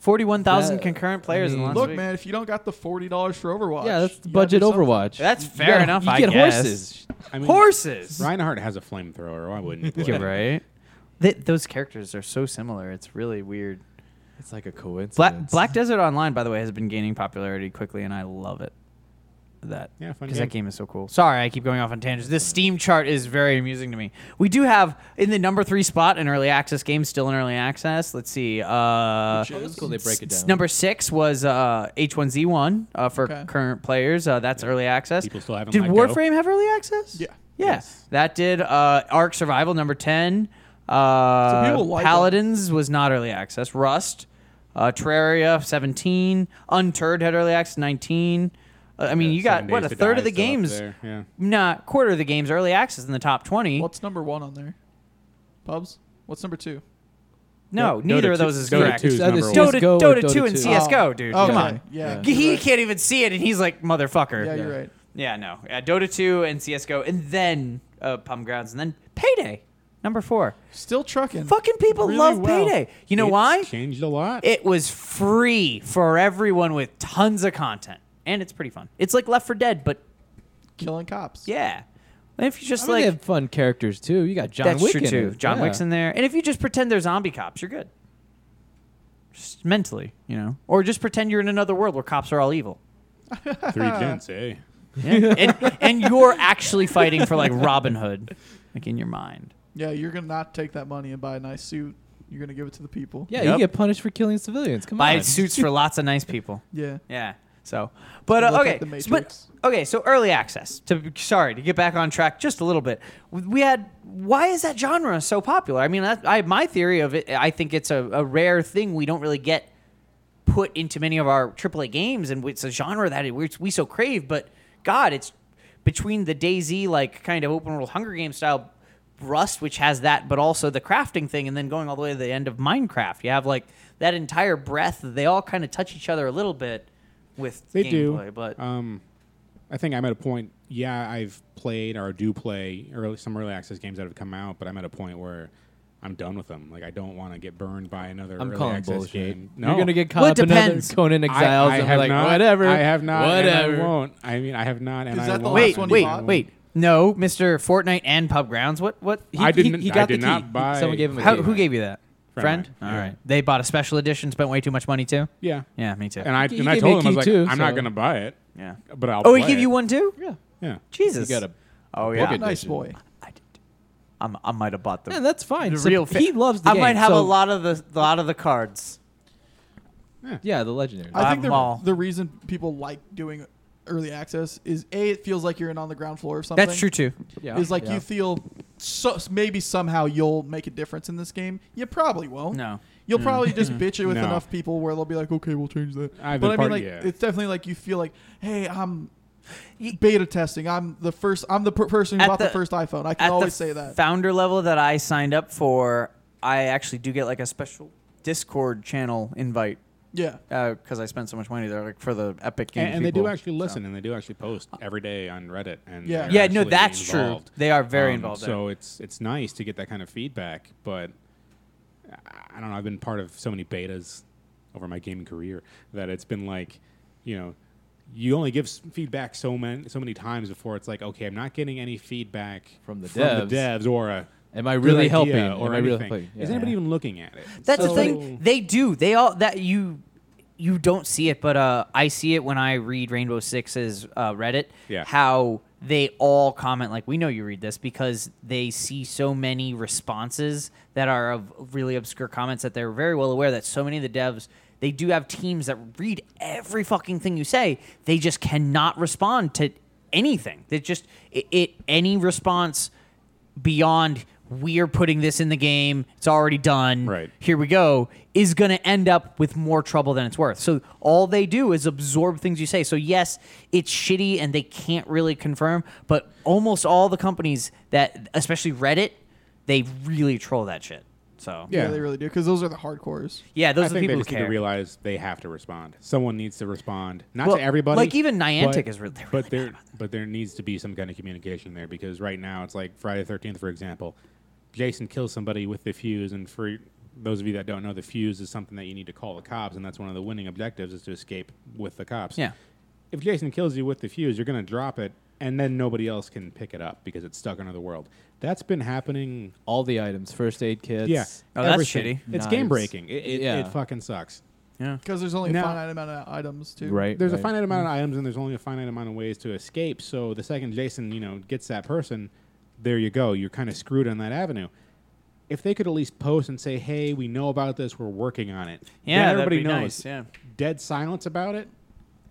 Speaker 1: 41,000
Speaker 3: That-
Speaker 1: concurrent players in the
Speaker 3: I
Speaker 4: Mm.
Speaker 3: mean-
Speaker 1: last
Speaker 2: Look,
Speaker 1: week.
Speaker 2: man, if you don't got the forty dollars for Overwatch,
Speaker 3: Yeah, that's the
Speaker 2: you gotta do
Speaker 3: budget
Speaker 2: something.
Speaker 3: Overwatch.
Speaker 1: That's
Speaker 3: You
Speaker 1: fair
Speaker 3: gotta-
Speaker 1: enough,
Speaker 3: You
Speaker 1: I
Speaker 3: get
Speaker 1: guess.
Speaker 3: horses.
Speaker 4: I mean,
Speaker 1: Horses!
Speaker 4: Reinhardt has a flamethrower. Why wouldn't he?
Speaker 1: You're right. Th- those characters are so similar. It's really weird.
Speaker 3: It's like a coincidence.
Speaker 1: Black, Black Desert Online, by the way, has been gaining popularity quickly, and I love it. That
Speaker 4: Yeah, fun
Speaker 1: because that
Speaker 4: game.
Speaker 1: game is so cool. Sorry, I keep going off on tangents. This Steam chart is very amusing to me. We do have in the number three spot an early access game, still in early access. Let's see. Uh,
Speaker 2: Which is-
Speaker 3: cool. They break it
Speaker 1: s-
Speaker 3: down.
Speaker 1: Number six was uh, H1Z1 uh, for
Speaker 2: Okay.
Speaker 1: current players. Uh, that's early access.
Speaker 4: People still haven't
Speaker 1: Did
Speaker 4: let go.
Speaker 1: Warframe have early access?
Speaker 2: Yeah.
Speaker 1: Yeah,
Speaker 4: Yes.
Speaker 1: that did. Uh, Ark Survival number ten. Uh,
Speaker 2: people like 'em.
Speaker 1: Paladins was not early access. Rust, uh, Terraria seventeen. Unturd had early access nineteen. Uh, I mean, you got what a third of the games,
Speaker 4: Yeah.
Speaker 1: nah, quarter of the games early access in the top twenty.
Speaker 2: What's number one on there? Pubs. What's number two?
Speaker 1: no,
Speaker 4: Dota
Speaker 1: neither of
Speaker 4: two-
Speaker 1: those is
Speaker 4: Dota
Speaker 1: correct.
Speaker 4: two is
Speaker 3: It's either
Speaker 4: number
Speaker 3: Dota-
Speaker 4: one.
Speaker 1: Dota,
Speaker 3: CS:GO
Speaker 1: Dota,
Speaker 3: or Dota
Speaker 1: two and
Speaker 3: two.
Speaker 1: CS:GO, dude.
Speaker 2: Oh,
Speaker 1: Come
Speaker 2: okay.
Speaker 1: on.
Speaker 2: Yeah.
Speaker 3: Yeah.
Speaker 2: you're
Speaker 1: He
Speaker 2: right.
Speaker 1: can't even see it, and he's like, motherfucker.
Speaker 2: Yeah,
Speaker 1: yeah.
Speaker 2: you're right.
Speaker 1: no. Yeah, Dota 2 and CSGO, and then uh, Palm Grounds, and then Payday, number four.
Speaker 2: Still trucking.
Speaker 1: Fucking people
Speaker 2: Really
Speaker 1: love
Speaker 2: well.
Speaker 1: Payday. You know
Speaker 4: It's
Speaker 1: why?
Speaker 4: Changed a lot.
Speaker 1: It was free for everyone with tons of content, and it's pretty fun. It's like Left for Dead, but
Speaker 2: killing cops.
Speaker 1: yeah. And if you
Speaker 3: I
Speaker 1: just
Speaker 3: mean, they
Speaker 1: like
Speaker 3: have fun characters too. You got John
Speaker 1: that's
Speaker 3: Wick
Speaker 1: true
Speaker 3: in
Speaker 1: too.
Speaker 3: it.
Speaker 1: John
Speaker 3: yeah.
Speaker 1: Wick's in there, and if you just pretend they're zombie cops, you're good. Just mentally, you know, or just pretend you're in another world where cops are all evil.
Speaker 4: Three gents, eh?
Speaker 1: Yeah. and, and you're actually fighting for like Robin Hood, like in your mind.
Speaker 2: Yeah, you're gonna not take that money and buy a nice suit. You're gonna give it to the people.
Speaker 3: Yeah,
Speaker 1: Yep.
Speaker 3: you get punished for killing civilians. Come
Speaker 1: Buy
Speaker 3: on.
Speaker 1: suits for lots of nice people.
Speaker 2: Yeah.
Speaker 1: Yeah. So, but
Speaker 2: Look
Speaker 1: uh,
Speaker 2: at
Speaker 1: okay,
Speaker 2: the
Speaker 1: s-
Speaker 2: Matrix.
Speaker 1: but okay. So early access. To sorry to get back on track just a little bit. W- We had why is that genre so popular? I mean, that, I my theory of it. I think it's a, a rare thing we don't really get put into many of our AAA games, and it's a genre that it, we, we so crave. But God, it's between the Daisy like kind of open world Hunger Game style Rust, which has that, but also the crafting thing, and then going all the way to the end of Minecraft, you have like that entire breadth. They all kind of touch each other a little bit with
Speaker 4: They
Speaker 1: gameplay,
Speaker 4: do.
Speaker 1: but
Speaker 4: Um, I think I'm at a point. Yeah, I've played or do play early some early access games that have come out, but I'm at a point where I'm done with them. Like I don't want to get burned by another
Speaker 3: I'm
Speaker 4: early
Speaker 3: calling
Speaker 4: access
Speaker 3: bullshit.
Speaker 4: game.
Speaker 3: You're gonna get caught
Speaker 1: Well, it
Speaker 3: up in another
Speaker 1: depends.
Speaker 3: Conan Exiles
Speaker 4: I, I
Speaker 3: and be
Speaker 4: have
Speaker 3: like
Speaker 4: not,
Speaker 3: whatever.
Speaker 4: I have not.
Speaker 3: Whatever.
Speaker 4: And I won't. I mean, I have not. And
Speaker 2: Is
Speaker 4: I
Speaker 2: that the
Speaker 4: won't.
Speaker 1: wait,
Speaker 2: last one you
Speaker 1: wait,
Speaker 2: bought?
Speaker 1: wait. No, Mr. Fortnite and Pub Grounds. What? What?
Speaker 3: He,
Speaker 4: I
Speaker 3: he-
Speaker 4: didn't-
Speaker 3: He,
Speaker 4: I
Speaker 3: got
Speaker 4: did
Speaker 3: the
Speaker 4: not
Speaker 3: key. He-
Speaker 4: buy-
Speaker 3: Someone gave him a
Speaker 1: How,
Speaker 3: key.
Speaker 1: who gave you that?
Speaker 4: Friend.
Speaker 1: Friend.
Speaker 4: Yeah.
Speaker 1: All right. They bought a special edition. Spent way too much money too.
Speaker 4: Yeah,
Speaker 1: Yeah, me too.
Speaker 4: and I
Speaker 3: He
Speaker 4: and I
Speaker 3: gave me a
Speaker 4: told him
Speaker 3: key
Speaker 4: I was like,
Speaker 3: too,
Speaker 4: I'm not
Speaker 3: so-
Speaker 4: gonna buy it,
Speaker 1: yeah.
Speaker 4: but I'll.
Speaker 1: Oh, he
Speaker 4: play
Speaker 1: gave
Speaker 4: it.
Speaker 1: you one too.
Speaker 3: Yeah.
Speaker 4: Yeah.
Speaker 1: Jesus.
Speaker 3: You got a
Speaker 1: oh
Speaker 3: book
Speaker 1: yeah.
Speaker 3: it.
Speaker 2: Nice
Speaker 3: Edition.
Speaker 2: boy.
Speaker 1: I did. I'm, I might have bought them.
Speaker 3: Yeah, that's fine.
Speaker 1: The
Speaker 3: So
Speaker 1: real
Speaker 3: he
Speaker 1: fa-
Speaker 3: loves the
Speaker 1: I
Speaker 3: game,
Speaker 1: might have a
Speaker 3: so-
Speaker 1: lot of the a lot of the cards.
Speaker 3: Yeah, the legendary.
Speaker 1: Uh,
Speaker 2: I think
Speaker 1: Buy 'em all.
Speaker 2: the, the reason people like doing early access is a it feels like you're in on the ground floor of something.
Speaker 1: That's true too.
Speaker 3: yeah.
Speaker 2: Is like
Speaker 3: yeah.
Speaker 2: you feel so maybe somehow you'll make a difference in this game. You probably won't.
Speaker 1: No.
Speaker 2: You'll probably just bitch it with
Speaker 4: Mm. No.
Speaker 2: enough people where they'll be like, okay, we'll change that.
Speaker 4: I've
Speaker 2: but I
Speaker 4: been
Speaker 2: mean,
Speaker 4: part-
Speaker 2: like,
Speaker 4: yeah.
Speaker 2: it's definitely like you feel like, hey, I'm beta testing. I'm the first. I'm the per- person who
Speaker 1: At
Speaker 2: bought the,
Speaker 1: the-
Speaker 2: first iPhone. I can always say that.
Speaker 1: founder level that I signed up for, I actually do get like a special Discord channel invite
Speaker 2: yeah.
Speaker 1: because I spent so much money there, like for the Epic Games.
Speaker 4: And, and they do
Speaker 1: people.
Speaker 4: actually listen, and they do actually post every day on Reddit. And
Speaker 2: Yeah.
Speaker 4: they're
Speaker 1: Yeah, no,
Speaker 4: actually
Speaker 1: that's
Speaker 4: involved.
Speaker 1: true. They are very
Speaker 4: Um,
Speaker 1: involved.
Speaker 4: So it's it's nice to get that kind of feedback, but I- I don't know. I've been part of so many betas over my gaming career that it's been like, you know, you only give s- feedback so many so many times before it's like, okay, I'm not getting any feedback
Speaker 3: From the devs.
Speaker 4: devs or a
Speaker 3: Am I
Speaker 4: good
Speaker 3: really
Speaker 4: idea
Speaker 3: helping?
Speaker 4: or
Speaker 3: Am I really
Speaker 4: anything.
Speaker 3: helping?
Speaker 4: Is
Speaker 3: Yeah.
Speaker 4: anybody even looking at it?
Speaker 1: That's
Speaker 4: So-
Speaker 1: the thing. They do. They all that you you don't see it, but uh, I see it when I read Rainbow Six's uh, Reddit.
Speaker 4: Yeah.
Speaker 1: How they all comment like, "We know you read this because they see so many responses that are of really obscure comments that they're very well aware that so many of the devs." They do have teams that read every fucking thing you say. They just cannot respond to anything. They just it, it any response beyond we're putting this in the game, it's already done,
Speaker 4: Right.
Speaker 1: here we go, is going to end up with more trouble than it's worth. So all they do is absorb things you say. So yes, it's shitty and they can't really confirm, but almost all the companies that, especially Reddit, they really troll that shit. So yeah,
Speaker 2: yeah,
Speaker 4: Yeah.
Speaker 2: they really do because those are the hardcores.
Speaker 1: those
Speaker 4: I
Speaker 1: are the
Speaker 4: think
Speaker 1: people
Speaker 4: they
Speaker 1: who
Speaker 4: just need
Speaker 1: care.
Speaker 4: to realize they have to respond. Someone needs to respond, not
Speaker 1: Well,
Speaker 4: to everybody.
Speaker 1: like even Niantic
Speaker 4: but-
Speaker 1: is really- they're
Speaker 4: but
Speaker 1: really
Speaker 4: there, but there needs to be some kind of communication there because right now it's like Friday Thirteenth, for example. Jason kills somebody with the fuse, and for those of you that don't know, the fuse is something that you need to call the cops, and that's one of the winning objectives is to escape with the cops.
Speaker 1: Yeah.
Speaker 4: If Jason kills you with the fuse, you're going to drop it, and then nobody else can pick it up because it's stuck in another world. That's been happening
Speaker 3: all the items, first aid kits.
Speaker 4: yeah,
Speaker 1: Oh, that's
Speaker 4: everything.
Speaker 1: shitty.
Speaker 4: It's game
Speaker 3: Knives.
Speaker 4: breaking. It, it,
Speaker 3: Yeah.
Speaker 4: it fucking sucks.
Speaker 1: yeah.
Speaker 2: Because there's only
Speaker 4: Now-
Speaker 2: a finite amount of items too.
Speaker 3: Right.
Speaker 4: there's
Speaker 3: right.
Speaker 4: a finite
Speaker 1: Mm.
Speaker 4: amount of items and there's only a finite amount of ways to escape. So the second Jason, you know, gets that person, there you go. You're kind of screwed on that avenue. If they could at least post and say, "Hey, we know about this. We're working on it."
Speaker 1: Yeah,
Speaker 4: then
Speaker 1: that'd
Speaker 4: everybody
Speaker 1: be
Speaker 4: knows.
Speaker 1: nice, yeah.
Speaker 4: Dead silence about it.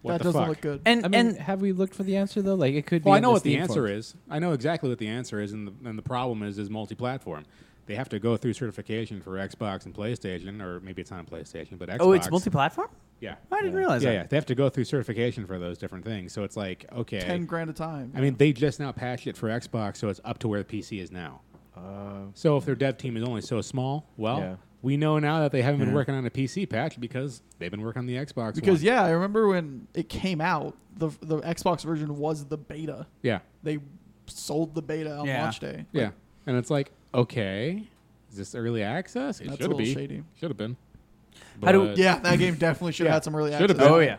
Speaker 4: What
Speaker 2: that
Speaker 4: the
Speaker 2: doesn't
Speaker 4: fuck?
Speaker 2: look good.
Speaker 1: And
Speaker 3: I mean,
Speaker 1: and
Speaker 3: have we looked for the answer though? Like it could be.
Speaker 4: Well, I
Speaker 3: in
Speaker 4: know what the
Speaker 3: Steam
Speaker 4: answer
Speaker 3: forums.
Speaker 4: is. I know exactly what the answer is, and the, and the problem is is multi-platform. They have to go through certification for Xbox and PlayStation, or maybe it's not on PlayStation, but Xbox.
Speaker 1: oh, it's multi-platform.
Speaker 4: Yeah,
Speaker 1: I didn't realize
Speaker 4: yeah,
Speaker 1: that.
Speaker 4: yeah. They have to go through certification for those different things. So it's like, okay,
Speaker 2: Ten grand a time.
Speaker 4: I mean, they just now patched it for Xbox, so it's up to where the PC is now.
Speaker 2: Uh,
Speaker 4: so if their dev team is only so small, well,
Speaker 3: Yeah.
Speaker 4: we know now that they haven't been working on a PC patch because they've been working on the Xbox.
Speaker 2: because
Speaker 4: one.
Speaker 2: yeah, I remember when it came out, the the Xbox version was the beta.
Speaker 4: yeah,
Speaker 2: They sold the beta on
Speaker 1: Yeah.
Speaker 2: launch day.
Speaker 4: yeah, and it's like, okay, is this early access? It
Speaker 2: That's a
Speaker 4: should
Speaker 2: little
Speaker 4: be.
Speaker 2: shady.
Speaker 4: Should have been.
Speaker 1: How do-
Speaker 4: But-
Speaker 2: Yeah, that game definitely should have
Speaker 4: Yeah.
Speaker 2: had some early access.
Speaker 4: Should've been.
Speaker 1: Oh yeah.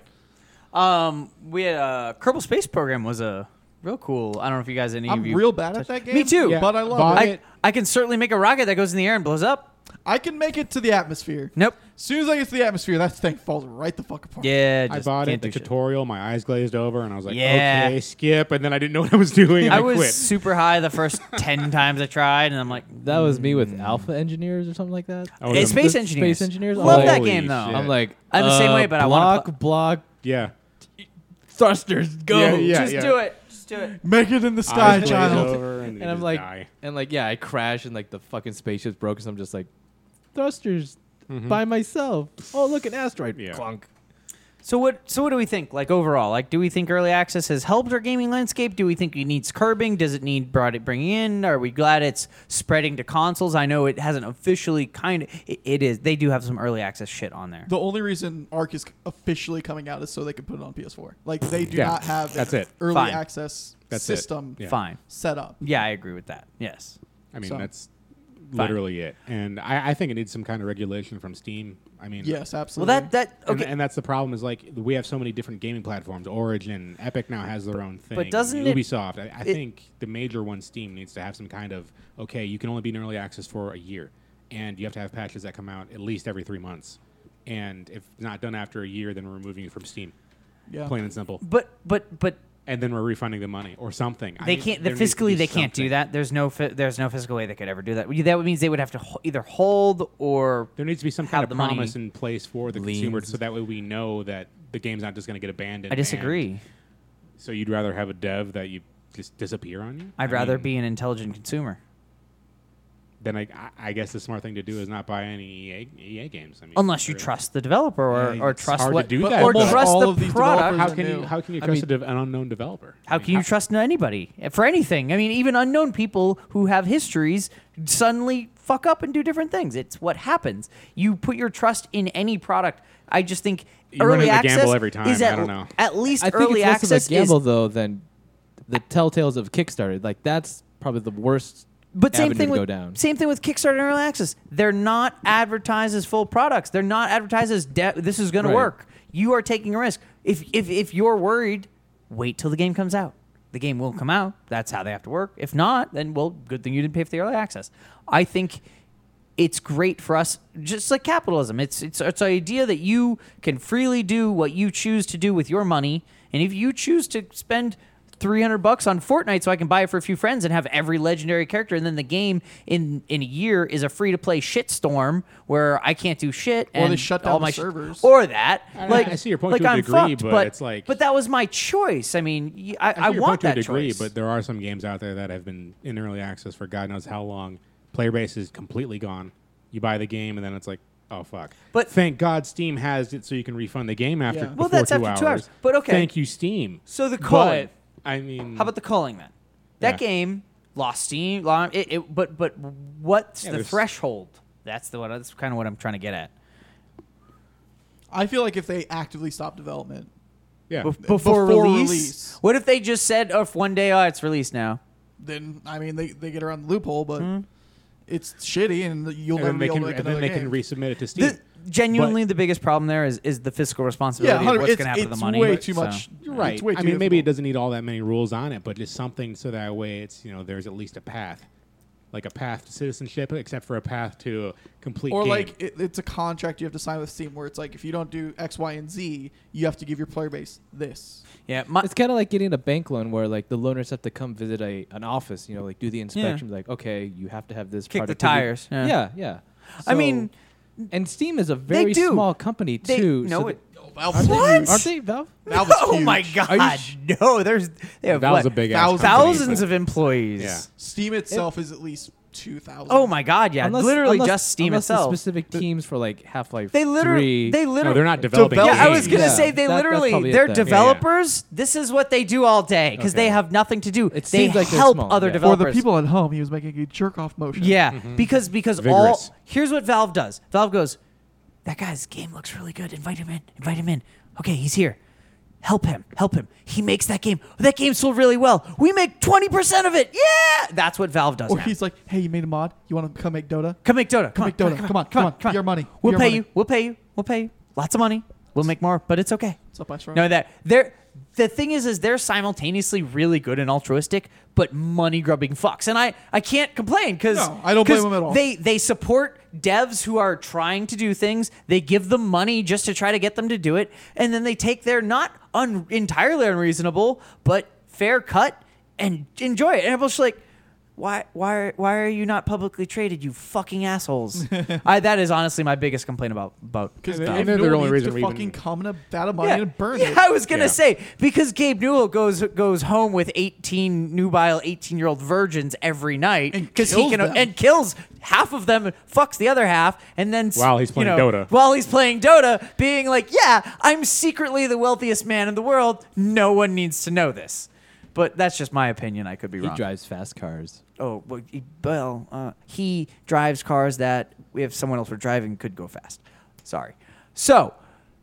Speaker 1: Um, we had uh, Kerbal Space Program was a real cool. I don't know if you guys any of
Speaker 2: I'm
Speaker 1: you.
Speaker 2: real bad at that game.
Speaker 1: Me too.
Speaker 4: Yeah.
Speaker 2: But I love
Speaker 4: Bought
Speaker 2: it.
Speaker 1: I, I can certainly make a rocket that goes in the air and blows up.
Speaker 2: I, I can make it to the atmosphere.
Speaker 1: Nope.
Speaker 2: As soon as I get to the atmosphere, that thing falls right the fuck apart.
Speaker 1: Yeah,
Speaker 4: I
Speaker 1: just
Speaker 4: bought
Speaker 1: can't
Speaker 4: it, the
Speaker 1: do shit.
Speaker 4: tutorial, my eyes glazed over, and I was like,
Speaker 1: Yeah.
Speaker 4: okay, skip. And then I didn't know what I was doing. And I,
Speaker 1: I was
Speaker 4: quit.
Speaker 1: super high the first ten times I tried, and I'm like,
Speaker 3: That was me with
Speaker 1: Mm.
Speaker 3: Alpha Engineers or something like that.
Speaker 4: I was
Speaker 1: Hey,
Speaker 4: a-
Speaker 1: Space
Speaker 3: The
Speaker 1: Engineers.
Speaker 3: Space Engineers. I'm
Speaker 1: Love
Speaker 3: like,
Speaker 1: that
Speaker 4: Holy
Speaker 1: game though.
Speaker 4: shit.
Speaker 3: I'm like,
Speaker 1: I'm the same
Speaker 3: uh,
Speaker 1: way, but I wanna
Speaker 3: block, block,
Speaker 4: Yeah.
Speaker 3: thrusters, go.
Speaker 4: Yeah,
Speaker 1: just do it. Just do it.
Speaker 2: Make it in the sky,
Speaker 4: Eyes glazed
Speaker 2: child.
Speaker 4: over, and, they
Speaker 3: And I'm
Speaker 4: just
Speaker 3: like,
Speaker 4: die.
Speaker 3: and like, yeah, I crash and like the fucking spaceship's broke, so I'm just like, thrusters by myself. Oh, look, an asteroid.
Speaker 4: Mm-hmm. Yeah.
Speaker 3: Clunk.
Speaker 1: So what? So what do we think? Like overall, like do we think early access has helped our gaming landscape? Do we think it needs curbing? Does it need broad it bringing in? Are we glad it's spreading to consoles? I know it hasn't officially kind of. It, it is. They do have some early access shit on there.
Speaker 2: The only reason Arc is officially coming out is so they can put it on PS4. Like they do
Speaker 4: Yeah,
Speaker 2: not have
Speaker 4: that's
Speaker 2: an
Speaker 4: it.
Speaker 2: early
Speaker 1: Fine.
Speaker 2: access
Speaker 4: That's it.
Speaker 2: system
Speaker 4: Yeah.
Speaker 1: Fine.
Speaker 2: set up.
Speaker 1: Yeah, I agree with that. Yes.
Speaker 4: I mean,
Speaker 2: So-
Speaker 4: that's literally it. And I, I think it needs some kind of regulation from Steam. I mean,
Speaker 2: Yes,
Speaker 1: Well,
Speaker 2: absolutely.
Speaker 1: that that
Speaker 4: Mm-hmm. And,
Speaker 1: okay.
Speaker 4: and that's the problem is like we have so many different gaming platforms. Origin, Epic now has their own thing.
Speaker 1: doesn't it-
Speaker 4: Ubisoft? I, I think the major one, Steam, needs to have some kind of okay. You can only be in early access for a year, and you have to have patches that come out at least every three months. And if not done after a year, then we're removing you from Steam.
Speaker 2: yeah.
Speaker 4: Plain and simple.
Speaker 1: but but but
Speaker 4: And then we're refunding the money or something. I
Speaker 1: they
Speaker 4: mean,
Speaker 1: can't. The
Speaker 4: there needs to
Speaker 1: fiscally,
Speaker 4: be
Speaker 1: they can't do
Speaker 4: something.
Speaker 1: that. There's no fi- there's no fiscal way they could ever do that. That means they would have to ho- either hold or
Speaker 4: There needs to be some
Speaker 1: Have
Speaker 4: kind of
Speaker 1: the money.
Speaker 4: promise in place for the consumer,
Speaker 3: Liens.
Speaker 4: so that way we know that the game's not just going to get abandoned.
Speaker 1: I disagree.
Speaker 4: and- so you'd rather have a dev that you just disappear on you?
Speaker 1: I'd rather
Speaker 4: mean,
Speaker 1: be an intelligent consumer.
Speaker 4: Then I, I- I guess the smart thing to do is not buy any E EA, EA games. I mean,
Speaker 1: unless you
Speaker 4: really.
Speaker 1: trust the developer or,
Speaker 4: Yeah,
Speaker 1: or
Speaker 4: it's
Speaker 1: trust
Speaker 4: hard to
Speaker 1: what
Speaker 4: do
Speaker 1: but-
Speaker 4: that,
Speaker 1: or
Speaker 4: though.
Speaker 1: trust
Speaker 2: All
Speaker 1: the
Speaker 2: of these
Speaker 1: product.
Speaker 2: developers-
Speaker 4: How can you
Speaker 2: New.
Speaker 4: how can you
Speaker 3: I
Speaker 4: trust
Speaker 3: mean-
Speaker 4: a dev- an unknown developer? I
Speaker 1: How
Speaker 4: mean,
Speaker 1: can you trust anybody for anything? I mean, even unknown people who have histories suddenly fuck up and do different things. It's what happens. You put your trust in any product. I just think
Speaker 4: You run
Speaker 1: early
Speaker 4: into
Speaker 1: access
Speaker 4: gamble every time.
Speaker 1: is
Speaker 4: I
Speaker 1: at,
Speaker 4: don't know.
Speaker 1: at least
Speaker 3: I think
Speaker 1: early
Speaker 3: it's less
Speaker 1: access
Speaker 3: of a gamble
Speaker 1: is.
Speaker 3: though than the telltales of Kickstarter. Like that's probably the worst.
Speaker 1: But same
Speaker 3: avenue
Speaker 1: thing
Speaker 3: to
Speaker 1: with
Speaker 3: go down.
Speaker 1: same thing with Kickstarter and early access. They're not advertised as full products. They're not advertised as de- this is going to
Speaker 3: Right.
Speaker 1: work. You are taking a risk. If if if you're worried, wait till the game comes out. The game will come out. That's how they have to work. If not, then well, good thing you didn't pay for the early access. I think it's great for us, just like capitalism. It's it's it's the idea that you can freely do what you choose to do with your money, and if you choose to spend. 300 bucks on Fortnite so I can buy it for a few friends and have every legendary character and then the game in in a year is a free to play shitstorm where I can't do shit
Speaker 2: Or they
Speaker 1: and
Speaker 2: shut
Speaker 1: all
Speaker 2: down the
Speaker 1: my sh-
Speaker 2: servers.
Speaker 1: or that.
Speaker 4: I-
Speaker 1: like
Speaker 4: I see your point
Speaker 1: like
Speaker 4: to a
Speaker 1: I'm
Speaker 4: degree,
Speaker 1: fucked,
Speaker 4: but it's like-
Speaker 1: but that was my choice. I mean, y- I,
Speaker 4: see
Speaker 1: I
Speaker 4: your
Speaker 1: want
Speaker 4: point to a
Speaker 1: that
Speaker 4: degree,
Speaker 1: choice.
Speaker 4: but there are some games out there that have been in early access for God knows how long. Player base is completely gone. You buy the game and then it's like, oh fuck.
Speaker 1: But-
Speaker 4: thank God Steam has it, so you can refund the game after.
Speaker 2: Yeah.
Speaker 4: before
Speaker 1: Well, that's
Speaker 4: two
Speaker 1: after
Speaker 4: hours.
Speaker 1: two hours, but okay.
Speaker 4: Thank you, Steam.
Speaker 1: So the
Speaker 4: But,
Speaker 1: calling.
Speaker 4: I mean,
Speaker 1: How about the calling then? That
Speaker 4: Hmm. Yeah.
Speaker 1: game lost steam. lo- It, it, but but what's
Speaker 4: Yeah,
Speaker 1: the
Speaker 4: there's-
Speaker 1: threshold? That's the one. That's kind of what I'm trying to get at.
Speaker 2: I feel like if they actively stop development,
Speaker 4: yeah?
Speaker 1: Bef- before,
Speaker 2: Before
Speaker 1: release?
Speaker 2: release.
Speaker 1: What if they just said, "Oh, if one day, oh, it's released now."
Speaker 2: then I mean they, they get around the loophole, but
Speaker 1: Hmm.
Speaker 2: it's shitty and you'll
Speaker 4: and
Speaker 2: never
Speaker 4: then
Speaker 2: be
Speaker 4: they
Speaker 2: able
Speaker 4: can
Speaker 2: to make
Speaker 4: and then
Speaker 2: another
Speaker 4: they
Speaker 2: game.
Speaker 4: can resubmit it to Steam.
Speaker 1: This, genuinely, the biggest problem there is is the fiscal responsibility. of
Speaker 2: 100
Speaker 1: what's
Speaker 2: it's-
Speaker 1: going to happen to the
Speaker 2: it's
Speaker 1: money?
Speaker 2: way too
Speaker 1: So-
Speaker 2: much.
Speaker 4: You're right.
Speaker 2: It's way
Speaker 4: I
Speaker 2: too
Speaker 4: mean, maybe it
Speaker 2: difficult.
Speaker 4: doesn't need all that many rules on it, but just something so that way it's you know there's at least a path, like a path to citizenship, except for a path to a complete
Speaker 2: Or
Speaker 4: game.
Speaker 2: like it, it's a contract you have to sign with Steam where it's like if you don't do X, Y, and Z, you have to give your player base this.
Speaker 1: Yeah, my,
Speaker 3: It's kind of like getting a bank loan where like the loaners have to come visit a an office. You know, like do the inspection. Like okay, you have to have this.
Speaker 1: Kick the
Speaker 3: productivity-
Speaker 1: tires, yeah.
Speaker 3: Yeah, yeah.
Speaker 1: I mean,
Speaker 3: So- and Steam is a very
Speaker 1: do.
Speaker 3: small company
Speaker 1: they,
Speaker 3: too.
Speaker 1: no,
Speaker 3: so
Speaker 1: it,
Speaker 2: Valve's
Speaker 1: What?
Speaker 2: huge.
Speaker 3: Aren't they Valve?
Speaker 2: Valve is
Speaker 1: oh my
Speaker 2: huge.
Speaker 1: god, no! There's they have
Speaker 4: that
Speaker 1: what,
Speaker 4: was a big
Speaker 2: Thousands-
Speaker 1: thousands of employees.
Speaker 4: Yeah.
Speaker 2: Steam itself is at least two thousand.
Speaker 1: Oh my god, yeah. literally
Speaker 3: unless-
Speaker 1: just Steam
Speaker 3: unless the
Speaker 1: itself.
Speaker 3: specific teams for like Half Life.
Speaker 1: They literally,
Speaker 3: three,
Speaker 1: they
Speaker 4: No,
Speaker 1: literally,
Speaker 4: they're not developing.
Speaker 2: Develop-
Speaker 1: Yeah, I
Speaker 4: games.
Speaker 1: was gonna
Speaker 3: Yeah.
Speaker 1: say they
Speaker 3: That- that's
Speaker 1: literally
Speaker 3: probably it
Speaker 1: they're
Speaker 3: then. Yeah, yeah.
Speaker 1: developers. This is what they do all day because they
Speaker 3: Okay.
Speaker 1: have nothing to do.
Speaker 3: It
Speaker 1: they
Speaker 3: seems like they're
Speaker 1: help
Speaker 3: small,
Speaker 1: other
Speaker 3: yeah.
Speaker 2: For
Speaker 1: developers.
Speaker 2: the people Mm-hmm. at home, he was making a jerk off motion.
Speaker 1: yeah, because because
Speaker 4: Vigorous.
Speaker 1: all here's what Valve does. Valve goes, that guy's game looks really good. Invite him in. Invite him in. Okay, he's here. Help him. Help him. He makes that game. That game sold really well. We make twenty percent of it. Yeah, that's what Valve does.
Speaker 2: Or
Speaker 1: now.
Speaker 2: he's like, hey, you made a mod? You want to come make Dota?
Speaker 1: Come make Dota. Come,
Speaker 2: Come
Speaker 1: on,
Speaker 2: make Dota.
Speaker 1: Come on. Come on. Come on.
Speaker 2: Your money.
Speaker 1: We'll
Speaker 2: Your
Speaker 1: pay
Speaker 2: money.
Speaker 1: you. We'll pay you. We'll pay you. Lots of money. We'll make more, but it's okay.
Speaker 2: What's up, Astro?
Speaker 1: No, that they're the thing is, is they're simultaneously really good and altruistic, but money grubbing fucks, and I I can't complain because
Speaker 2: No, I don't blame
Speaker 1: 'cause
Speaker 2: them at all.
Speaker 1: They they support devs who are trying to do things. They give them money just to try to get them to do it, and then they take their not un, entirely unreasonable but fair cut and enjoy it. And I'm just like. Why, why, why are you not publicly traded, you fucking assholes? I, that is honestly my biggest complaint about about
Speaker 2: Because
Speaker 4: And
Speaker 2: Gabe
Speaker 4: they're the
Speaker 2: Newell
Speaker 4: only
Speaker 2: needs
Speaker 4: reason
Speaker 2: to
Speaker 4: we
Speaker 2: fucking
Speaker 4: even-
Speaker 2: come to bat a money and burn
Speaker 1: yeah,
Speaker 2: it.
Speaker 1: I was gonna
Speaker 4: Yeah.
Speaker 1: say because Gabe Newell goes goes home with eighteen nubile eighteen year old virgins every night
Speaker 2: And
Speaker 1: because he
Speaker 2: kills
Speaker 1: can
Speaker 2: them.
Speaker 1: and kills half of them, fucks the other half, and then s-
Speaker 4: While he's
Speaker 1: you
Speaker 4: playing
Speaker 1: know,
Speaker 4: Dota.
Speaker 1: While he's playing Dota, being like, "Yeah, I'm secretly the wealthiest man in the world. No one needs to know this." But that's just my opinion. I could be
Speaker 3: He
Speaker 1: wrong.
Speaker 3: drives fast cars.
Speaker 1: oh well, he, well uh, he drives cars that if someone else were driving could go fast sorry so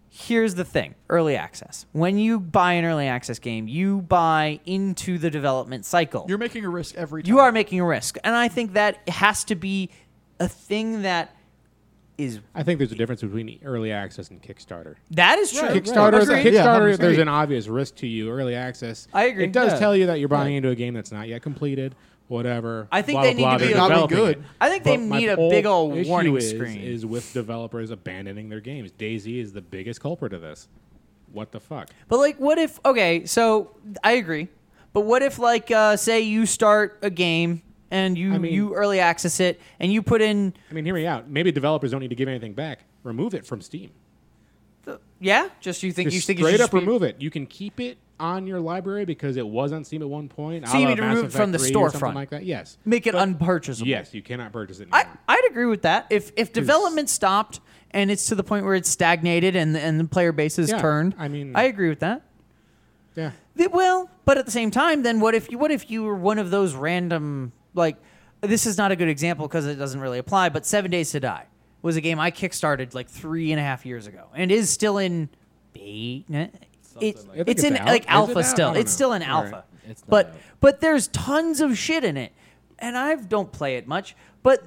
Speaker 1: here's the thing early access when you buy an early access game you buy into the development cycle
Speaker 2: You're making a risk every time.
Speaker 1: you are making a risk and i think that has to be a thing that is
Speaker 4: I think there's a difference between early access and Kickstarter.
Speaker 1: that is true
Speaker 2: Right,
Speaker 4: Kickstarter,
Speaker 2: Agreed.
Speaker 4: Kickstarter,
Speaker 2: Yeah, 100%.
Speaker 4: there's an obvious risk to you. Early access,
Speaker 1: I agree.
Speaker 4: It does
Speaker 1: Yeah.
Speaker 4: tell you that you're buying into a game that's not yet completed. Whatever.
Speaker 1: I think
Speaker 4: blah,
Speaker 1: they
Speaker 4: blah,
Speaker 1: need to
Speaker 4: blah,
Speaker 1: be
Speaker 4: they're
Speaker 1: a-
Speaker 2: Not be
Speaker 4: developing
Speaker 2: good.
Speaker 4: it.
Speaker 1: I think they
Speaker 4: But my
Speaker 1: need a
Speaker 4: whole
Speaker 1: big old
Speaker 4: issue
Speaker 1: warning
Speaker 4: is,
Speaker 1: screen.
Speaker 4: Is with developers abandoning their games. Daisy is the biggest culprit of this. What the fuck?
Speaker 1: But like, what if? Okay, so I agree. But what if, like, uh, say you start a game and you
Speaker 4: I mean-
Speaker 1: you early access it and you put in,
Speaker 4: I mean, hear me out. Maybe developers don't need to give anything back. Remove it from Steam.
Speaker 1: the, yeah, just you think
Speaker 4: Just
Speaker 1: you think you
Speaker 4: straight
Speaker 1: should
Speaker 4: up
Speaker 1: be-
Speaker 4: remove it. You can keep it on your library because it was on Steam at one point.
Speaker 1: So
Speaker 4: a
Speaker 1: you
Speaker 4: la
Speaker 1: need to
Speaker 4: Mass
Speaker 1: remove it
Speaker 4: Effect
Speaker 1: from the
Speaker 4: 3 or
Speaker 1: storefront.
Speaker 4: something like that. Yes.
Speaker 1: make it unpurchasable.
Speaker 4: Yes, you cannot purchase it.
Speaker 1: I
Speaker 4: anymore.
Speaker 1: I'd agree with that. If if development stopped and it's to the point where it's stagnated and and the player base is
Speaker 4: Yeah,
Speaker 1: turned,
Speaker 4: I mean-
Speaker 1: I agree with that.
Speaker 4: yeah.
Speaker 1: Th- Well, but at the same time, then what if you what if you were one of those random like this is not a good example because it doesn't really apply, but Seven Days to Die was a game I kickstarted like three and a half years ago and is still in beta. It,
Speaker 4: like that.
Speaker 1: it's
Speaker 4: I think
Speaker 1: in
Speaker 4: it's out.
Speaker 1: like
Speaker 4: Is it
Speaker 1: alpha
Speaker 4: out? I
Speaker 1: still.
Speaker 4: don't
Speaker 1: It's
Speaker 4: know.
Speaker 1: still in
Speaker 4: All right.
Speaker 1: alpha,
Speaker 3: It's not
Speaker 1: but
Speaker 3: out.
Speaker 1: but there's tons of shit in it, and I don't play it much. But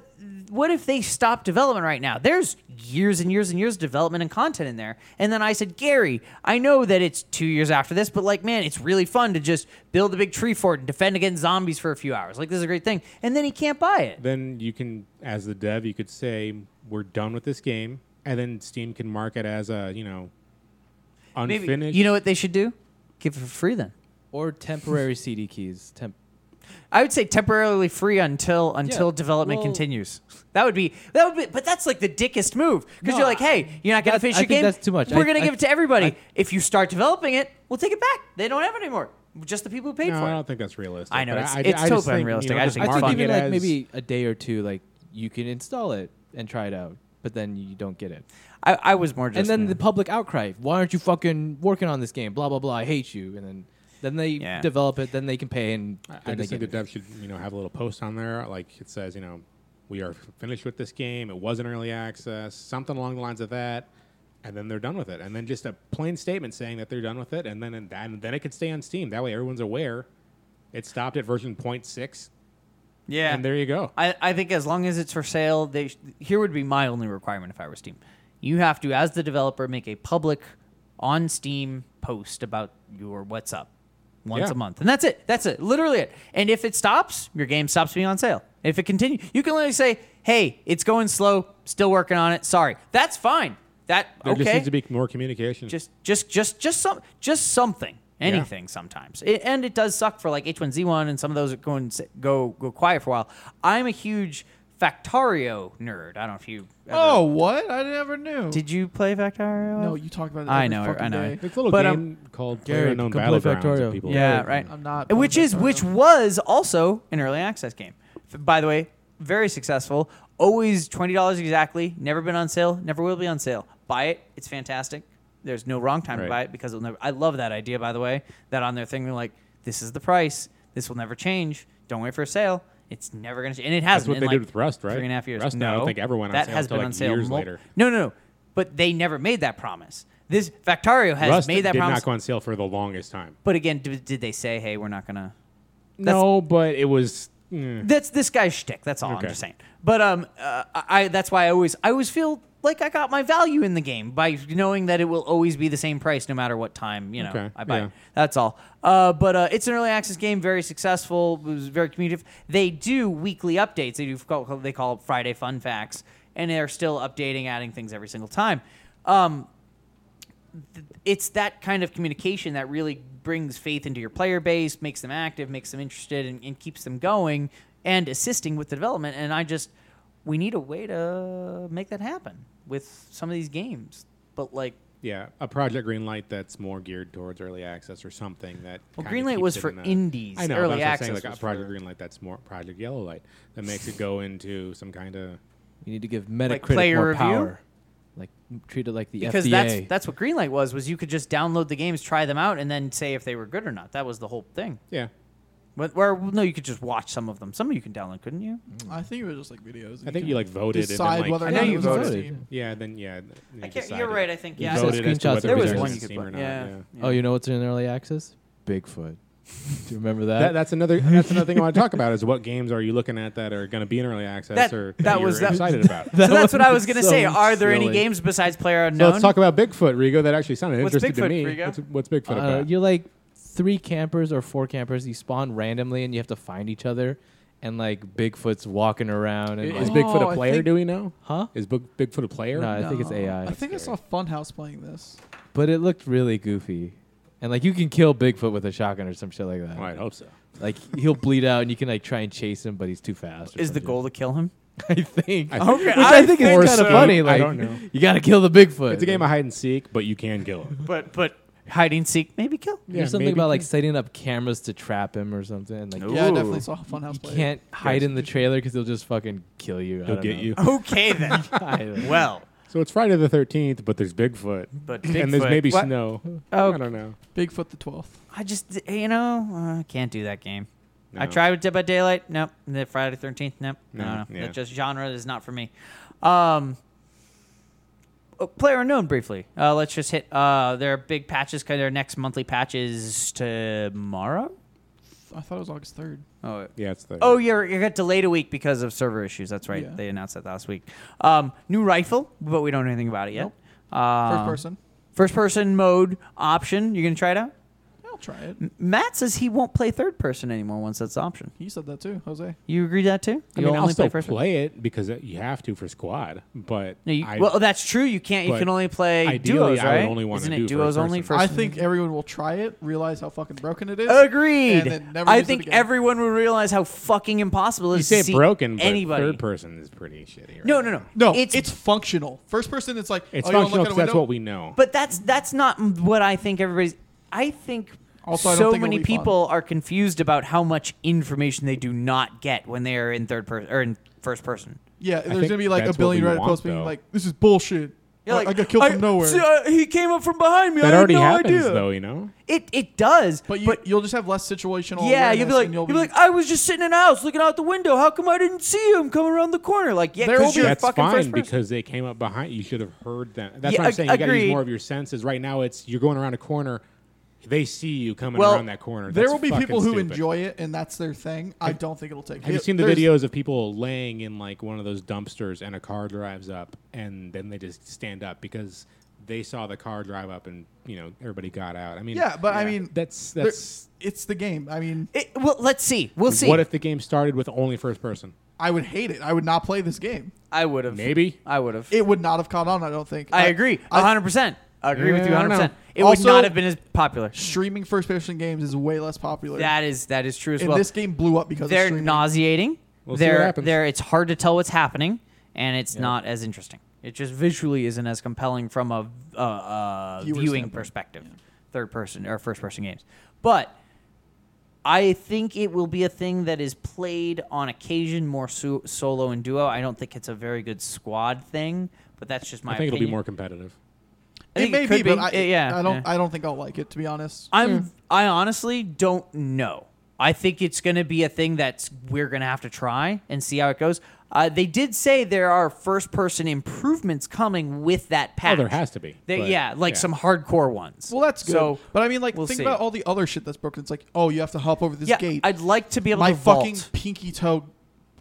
Speaker 1: what if they stop development right now? There's years and years and years of development and content in there. And then I said, Gary, I know that it's two years after this, but like, man, it's really fun to just build a big tree fort and defend against zombies for a few hours. Like, this is a great thing. And then he can't buy it.
Speaker 4: then you can, as the dev, you could say we're done with this game, and then Steam can mark it as a you know
Speaker 1: Maybe
Speaker 4: unfinished.
Speaker 1: you know what they should do? Give it for free then.
Speaker 3: Or temporary CD keys. Temp-
Speaker 1: I would say temporarily free until until
Speaker 3: Yeah,
Speaker 1: development
Speaker 3: well-
Speaker 1: continues. That would be that would be, but that's like the dickest move because
Speaker 3: No,
Speaker 1: you're like,
Speaker 3: I-
Speaker 1: hey, you're not gonna
Speaker 3: that's-
Speaker 1: finish
Speaker 3: I
Speaker 1: your
Speaker 3: think
Speaker 1: game.
Speaker 3: that's too much.
Speaker 1: We're
Speaker 3: I-
Speaker 1: gonna
Speaker 3: I-
Speaker 1: give it to everybody.
Speaker 3: I-
Speaker 1: if you start developing it, we'll take it back. They don't have it anymore. Just the people who paid
Speaker 4: No,
Speaker 1: for
Speaker 4: I
Speaker 1: it.
Speaker 4: don't think that's realistic.
Speaker 1: I know,
Speaker 4: but
Speaker 1: it's-
Speaker 4: I,
Speaker 1: it's
Speaker 4: I just
Speaker 1: totally
Speaker 4: think, you
Speaker 1: unrealistic.
Speaker 4: know,
Speaker 1: I
Speaker 4: just
Speaker 1: think
Speaker 3: I think
Speaker 4: marking
Speaker 3: even
Speaker 4: it
Speaker 3: like
Speaker 4: as-
Speaker 3: maybe a day or two, like you can install it and try it out, but then you don't get it.
Speaker 1: I, I was more just
Speaker 3: and then the public outcry: Why aren't you fucking working on this game? Blah blah blah. I hate you. And then then they
Speaker 1: Yeah.
Speaker 3: develop it. Then they can pay and
Speaker 4: I- I
Speaker 3: then they
Speaker 4: just think
Speaker 3: get
Speaker 4: the
Speaker 3: it.
Speaker 4: dev should you know have a little post on there like it says you know we are finished with this game. It was an early access, something along the lines of that. And then they're done with it, and then just a plain statement saying that they're done with it, and then and, and then it could stay on Steam. That way, everyone's aware it stopped at version 0.6,
Speaker 1: yeah.
Speaker 4: and there you go.
Speaker 1: I, I think as long as it's for sale, they sh- here would be my only requirement if I were Steam. You have to, as the developer, make a public on Steam post about your what's up once
Speaker 4: Yeah.
Speaker 1: a month, and that's it. That's it, literally it. And if it stops, your game stops being on sale. If it continues, you can literally say, "Hey, it's going slow. Still working on it. Sorry." That's fine. That
Speaker 4: There
Speaker 1: okay
Speaker 4: just needs to be more communication.
Speaker 1: just just just just some just something anything sometimes it, and it does suck for like h1z1 and some of those that go and s- go go quiet for a while i'm a huge factorio nerd i don't know if you ever-
Speaker 2: Oh, what? I never knew.
Speaker 1: did you play factorio
Speaker 2: Oh. no, you talk about it.
Speaker 1: I
Speaker 2: every
Speaker 1: know,
Speaker 2: fucking
Speaker 1: I know.
Speaker 2: day.
Speaker 4: It's a little
Speaker 1: But,
Speaker 4: game
Speaker 1: um,
Speaker 4: called
Speaker 3: Gary,
Speaker 4: Player Unknown
Speaker 3: come play
Speaker 4: Battlegrounds.
Speaker 3: Factorio.
Speaker 4: that people
Speaker 1: yeah right
Speaker 2: I'm not.
Speaker 1: which
Speaker 2: playing
Speaker 1: is which
Speaker 2: Factorio.
Speaker 1: was also an early access game F- by the way very successful always $20 exactly never been on sale never will be on sale buy it it's fantastic there's no wrong time to
Speaker 4: Right.
Speaker 1: buy it because it'll never i love that idea by the way that on their thing they're like this is the price this will never change don't wait for a sale it's never going to change and it hasn't
Speaker 4: That's what
Speaker 1: in
Speaker 4: they
Speaker 1: like
Speaker 4: did with Rust, right?
Speaker 1: three and a half years
Speaker 4: Rust, I
Speaker 1: no
Speaker 4: don't think ever went on
Speaker 1: that
Speaker 4: sale
Speaker 1: has
Speaker 4: until,
Speaker 1: been
Speaker 4: like,
Speaker 1: on sale
Speaker 4: years
Speaker 1: mul-
Speaker 4: later.
Speaker 1: no no no but they never made that promise this factario has
Speaker 4: Rust
Speaker 1: made that
Speaker 4: did
Speaker 1: promise
Speaker 4: not go on sale for the longest time.
Speaker 1: but again d- did they say hey we're not going to
Speaker 4: no, but it was. mm,
Speaker 1: That's this guy's shtick. That's all I'm
Speaker 4: Okay.
Speaker 1: just saying. But um, uh, I that's why I always I always feel like I got my value in the game by knowing that it will always be the same price no matter what time you know
Speaker 4: Okay,
Speaker 1: I buy.
Speaker 4: yeah.
Speaker 1: It. That's all. Uh, but uh, it's an early access game, very successful, it was very communicative. They do weekly updates. They do they call it Friday Fun Facts, and they're still updating, adding things every single time. Um, it's that kind of communication that really brings faith into your player base, makes them active, makes them interested, and, and keeps them going and assisting with the development. And I just, we need a way to make that happen with some of these games. But like,
Speaker 4: Yeah, a Project Greenlight that's more geared towards early access or something that.
Speaker 1: Well,
Speaker 4: kinda
Speaker 1: Greenlight
Speaker 4: keeps
Speaker 1: was
Speaker 4: it
Speaker 1: for
Speaker 4: in a-
Speaker 1: indies.
Speaker 4: I know
Speaker 1: Early
Speaker 4: that's what I'm saying,
Speaker 1: access
Speaker 4: like
Speaker 1: was
Speaker 4: a Project
Speaker 1: for-
Speaker 4: Greenlight that's more Project Yellowlight that makes it go into some kind of.
Speaker 3: You need to give Metacritic
Speaker 1: player
Speaker 3: more
Speaker 1: review?
Speaker 3: power. Like m- treat it like the
Speaker 1: because
Speaker 3: FDA.
Speaker 1: that's that's what Greenlight was was you could just download the games, try them out, and then say if they were good or not. That was the whole thing.
Speaker 4: Yeah,
Speaker 1: Wh- Where no, you could just watch some of them. Some of you can download, couldn't you?
Speaker 2: I think it was just like videos.
Speaker 4: I think you like voted
Speaker 2: decide
Speaker 4: and then, like,
Speaker 2: whether or
Speaker 1: I know
Speaker 2: not
Speaker 1: you
Speaker 2: it was on
Speaker 1: voted.
Speaker 2: Steam.
Speaker 4: Yeah, then yeah. th- you
Speaker 1: I can't-
Speaker 4: decided.
Speaker 1: you're right, I think,
Speaker 4: You
Speaker 1: yeah.
Speaker 4: voted as
Speaker 3: There's
Speaker 4: to whether
Speaker 3: screenshots
Speaker 1: There
Speaker 4: it
Speaker 3: of
Speaker 1: was
Speaker 3: it.
Speaker 4: on
Speaker 1: one you could
Speaker 4: Steam or
Speaker 1: put.
Speaker 4: not,
Speaker 1: Yeah.
Speaker 4: yeah.
Speaker 1: yeah.
Speaker 3: Oh, you know what's in early access? Bigfoot. Do you remember that?
Speaker 4: That, that's another. That's another thing I want to talk about is what games are you looking at that are going to be in early access
Speaker 1: That-
Speaker 4: or
Speaker 1: that
Speaker 4: you're
Speaker 1: was- that-
Speaker 4: excited about.
Speaker 1: so that's what I was gonna
Speaker 3: so
Speaker 1: say. Are there any
Speaker 3: silly.
Speaker 1: games besides Player
Speaker 4: So
Speaker 1: Unknown?
Speaker 4: let's talk about Bigfoot, Rigo. That actually sounded
Speaker 1: What's
Speaker 4: interesting
Speaker 1: Bigfoot,
Speaker 4: to me.
Speaker 1: Rigo?
Speaker 4: What's, what's Bigfoot
Speaker 3: Uh,
Speaker 4: about?
Speaker 3: you're like three campers or four campers. You spawn randomly and you have to find each other. And like Bigfoot's walking around and
Speaker 4: Is
Speaker 2: Oh,
Speaker 3: like,
Speaker 4: Bigfoot
Speaker 2: I
Speaker 4: a player?
Speaker 2: think-
Speaker 4: Do we know?
Speaker 3: huh?
Speaker 4: Is Big, Bigfoot a player?
Speaker 3: No, I think it's
Speaker 2: No,
Speaker 3: AI.
Speaker 2: I think I saw Funhouse playing this.
Speaker 3: But it looked really goofy. And like you can kill Bigfoot with a shotgun or some shit like that.
Speaker 4: Well, I'd hope so.
Speaker 3: Like he'll bleed out and you can like try and chase him, but he's too fast. or
Speaker 1: Is
Speaker 3: some
Speaker 1: the
Speaker 3: shit.
Speaker 1: goal to kill him?
Speaker 3: I think.
Speaker 4: I think-
Speaker 3: Which I think is
Speaker 4: Or
Speaker 3: kind of
Speaker 4: so, I
Speaker 3: funny. Like
Speaker 4: don't know.
Speaker 3: you got to kill the
Speaker 1: Oh.
Speaker 3: Bigfoot.
Speaker 4: It's a game of hide and seek, but you can kill him.
Speaker 1: But but hide and seek, maybe kill.
Speaker 4: Yeah,
Speaker 3: There's something
Speaker 4: maybe
Speaker 3: about
Speaker 4: you
Speaker 3: like
Speaker 4: can.
Speaker 3: setting up cameras to trap him or something. Like
Speaker 1: Nope.
Speaker 2: Yeah, I
Speaker 1: Ooh.
Speaker 2: definitely saw
Speaker 3: you
Speaker 2: Funhouse play. it.
Speaker 3: can't hide in the trailer because he'll just fucking kill you. I
Speaker 4: he'll
Speaker 3: don't
Speaker 4: get
Speaker 3: know.
Speaker 4: you.
Speaker 1: Okay then.
Speaker 3: I-
Speaker 1: well,
Speaker 4: So it's Friday the Thirteenth, but there's Bigfoot,
Speaker 1: but
Speaker 4: and there's
Speaker 1: Bigfoot-
Speaker 4: maybe
Speaker 1: What?
Speaker 4: snow.
Speaker 1: Oh,
Speaker 4: I don't know.
Speaker 2: Bigfoot the 12th.
Speaker 1: I just you know uh, can't do that game. I
Speaker 4: No.
Speaker 1: tried with Dead by Daylight. Nope. And then Friday the Thirteenth. Nope. No,
Speaker 4: No,
Speaker 1: no.
Speaker 4: yeah.
Speaker 1: That just genre is not for me. Um, oh, player unknown briefly. Uh, let's just hit. Uh, their big patches. Their next monthly patches tomorrow.
Speaker 2: I thought it was August 3rd.
Speaker 1: Oh,
Speaker 4: Yeah, it's the.
Speaker 1: Oh, you're, you got delayed a week because of server issues. That's right.
Speaker 2: Yeah.
Speaker 1: They announced that last week. Um, new rifle, but we don't know anything about it yet.
Speaker 2: Nope.
Speaker 1: Um,
Speaker 2: First person.
Speaker 1: First person mode option. You're going to try it out?
Speaker 2: I'll try it.
Speaker 1: M- Matt says he won't play third person anymore once that's the option.
Speaker 2: He said that too, Jose.
Speaker 1: You agree that too?
Speaker 4: I
Speaker 1: You
Speaker 4: mean, I'll still play,
Speaker 1: first person?
Speaker 4: it because it, you have to for squad, but
Speaker 1: No, you,
Speaker 4: I,
Speaker 1: well, that's true. You can't. You
Speaker 4: but
Speaker 1: can only play
Speaker 4: ideally,
Speaker 1: duos,
Speaker 4: I would
Speaker 1: right?
Speaker 4: only wanna
Speaker 1: Isn't it
Speaker 4: do
Speaker 1: duos
Speaker 4: first
Speaker 1: only?
Speaker 4: person.
Speaker 1: First
Speaker 2: I think everyone will try it, realize how fucking broken it is.
Speaker 1: Agreed.
Speaker 2: And then never
Speaker 1: I
Speaker 2: use it
Speaker 1: think
Speaker 2: again.
Speaker 1: everyone will realize how fucking impossible it
Speaker 4: you
Speaker 1: is to
Speaker 4: say it
Speaker 1: see
Speaker 4: broken, but
Speaker 1: anybody.
Speaker 4: third person is pretty shitty. Right?
Speaker 1: no, no, no.
Speaker 2: No,
Speaker 1: it's
Speaker 2: it's, functional. First person, it's like
Speaker 4: It's
Speaker 2: oh, you wanna
Speaker 4: functional
Speaker 2: look at a
Speaker 4: because that's
Speaker 2: window?
Speaker 4: what we know.
Speaker 1: But that's that's not m- what I think everybody's. I think
Speaker 2: Also, I don't
Speaker 1: so
Speaker 2: think it'll
Speaker 1: many
Speaker 2: be fun.
Speaker 1: people are confused about how much information they do not get when they are in third person or in first person.
Speaker 2: Yeah, there's
Speaker 4: think
Speaker 2: gonna be like a
Speaker 4: that's what
Speaker 2: billion
Speaker 4: we
Speaker 2: Reddit
Speaker 4: want,
Speaker 2: posts being
Speaker 4: though.
Speaker 2: like, "This is bullshit.
Speaker 1: You're
Speaker 2: I, I got killed from nowhere."
Speaker 1: see, uh, he came up from behind me. I
Speaker 4: that
Speaker 1: had
Speaker 4: already
Speaker 1: no
Speaker 4: happens,
Speaker 1: idea.
Speaker 4: though. You know,
Speaker 1: It it does.
Speaker 2: but you,
Speaker 1: but
Speaker 2: you'll just have less situational.
Speaker 4: Oh,
Speaker 1: yeah, you'll be
Speaker 2: awareness
Speaker 1: like
Speaker 2: and
Speaker 1: you'll be like I was just sitting in a house looking out the window. How come I didn't see him coming around the corner? Like yeah,
Speaker 2: There will
Speaker 1: because
Speaker 2: be-
Speaker 1: you're
Speaker 4: that's
Speaker 1: fucking
Speaker 4: fine
Speaker 1: first person.
Speaker 4: because they came up behind. You should have heard them. That's
Speaker 1: Yeah,
Speaker 4: what I'm
Speaker 1: ag-
Speaker 4: saying. You got to
Speaker 1: agreed.
Speaker 4: use more of your senses. Right now, it's you're going around a corner. They see you coming
Speaker 1: Well,
Speaker 4: around that corner.
Speaker 2: there
Speaker 4: That's
Speaker 2: will be
Speaker 4: fucking
Speaker 2: people who
Speaker 4: stupid.
Speaker 2: enjoy it and that's their thing. I don't think it'll take.
Speaker 4: Have you
Speaker 2: it-
Speaker 4: seen the
Speaker 2: there's-
Speaker 4: videos of people laying in like one of those dumpsters and a car drives up and then they just stand up because they saw the car drive up and you know everybody got out. I mean,
Speaker 2: Yeah, but I mean,
Speaker 4: that's
Speaker 2: there-
Speaker 4: that's
Speaker 2: it's the game. I mean,
Speaker 1: It- well, let's see. We'll see.
Speaker 4: what if the game started with only first person?
Speaker 2: I would hate it. I would not play this game.
Speaker 1: I would have?
Speaker 4: Maybe.
Speaker 1: I would have.
Speaker 2: It would not have caught on. I don't think.
Speaker 1: I agree.
Speaker 2: I-
Speaker 1: 100%. I agree with you
Speaker 4: Yeah, I don't
Speaker 1: 100%.
Speaker 4: know.
Speaker 1: It
Speaker 2: Also-
Speaker 1: would not have been as popular.
Speaker 2: streaming first person games is way less popular.
Speaker 1: That is that is true as
Speaker 2: and
Speaker 1: well.
Speaker 2: this game blew up because of
Speaker 1: They're
Speaker 2: streaming.
Speaker 1: nauseating.
Speaker 4: We'll see what
Speaker 1: they're
Speaker 4: happens.
Speaker 1: they're it's hard to tell what's happening and it's not as interesting. It just visually isn't as compelling from a uh, uh,
Speaker 2: Viewer
Speaker 1: viewing
Speaker 2: standpoint,
Speaker 1: perspective. Third person or first person games. But I think it will be a thing that is played on occasion more so- solo and duo. I don't think it's a very good squad thing, but that's just my
Speaker 4: I think
Speaker 1: opinion.
Speaker 4: it'll be more competitive.
Speaker 1: I
Speaker 2: It
Speaker 1: think
Speaker 2: may
Speaker 1: could
Speaker 2: be, but I,
Speaker 1: Uh, yeah,
Speaker 2: I don't.
Speaker 1: yeah.
Speaker 2: I don't think I'll like it to be honest.
Speaker 1: I'm
Speaker 4: Hmm.
Speaker 1: I honestly don't know. I think it's going to be a thing that's we're going to have to try and see how it goes. Uh, they did say there are first person improvements coming with that patch.
Speaker 4: Oh, there has to be.
Speaker 1: They-
Speaker 4: but-
Speaker 1: yeah, like some hardcore ones.
Speaker 2: Well, that's good.
Speaker 1: So
Speaker 2: but I mean, like,
Speaker 1: we'll
Speaker 2: think
Speaker 1: see.
Speaker 2: about all the other shit that's broken. It's like, oh, you have to hop over this
Speaker 1: yeah,
Speaker 2: gate.
Speaker 1: I'd like to be able
Speaker 2: My
Speaker 1: to
Speaker 2: fucking
Speaker 1: vault.
Speaker 2: pinky toe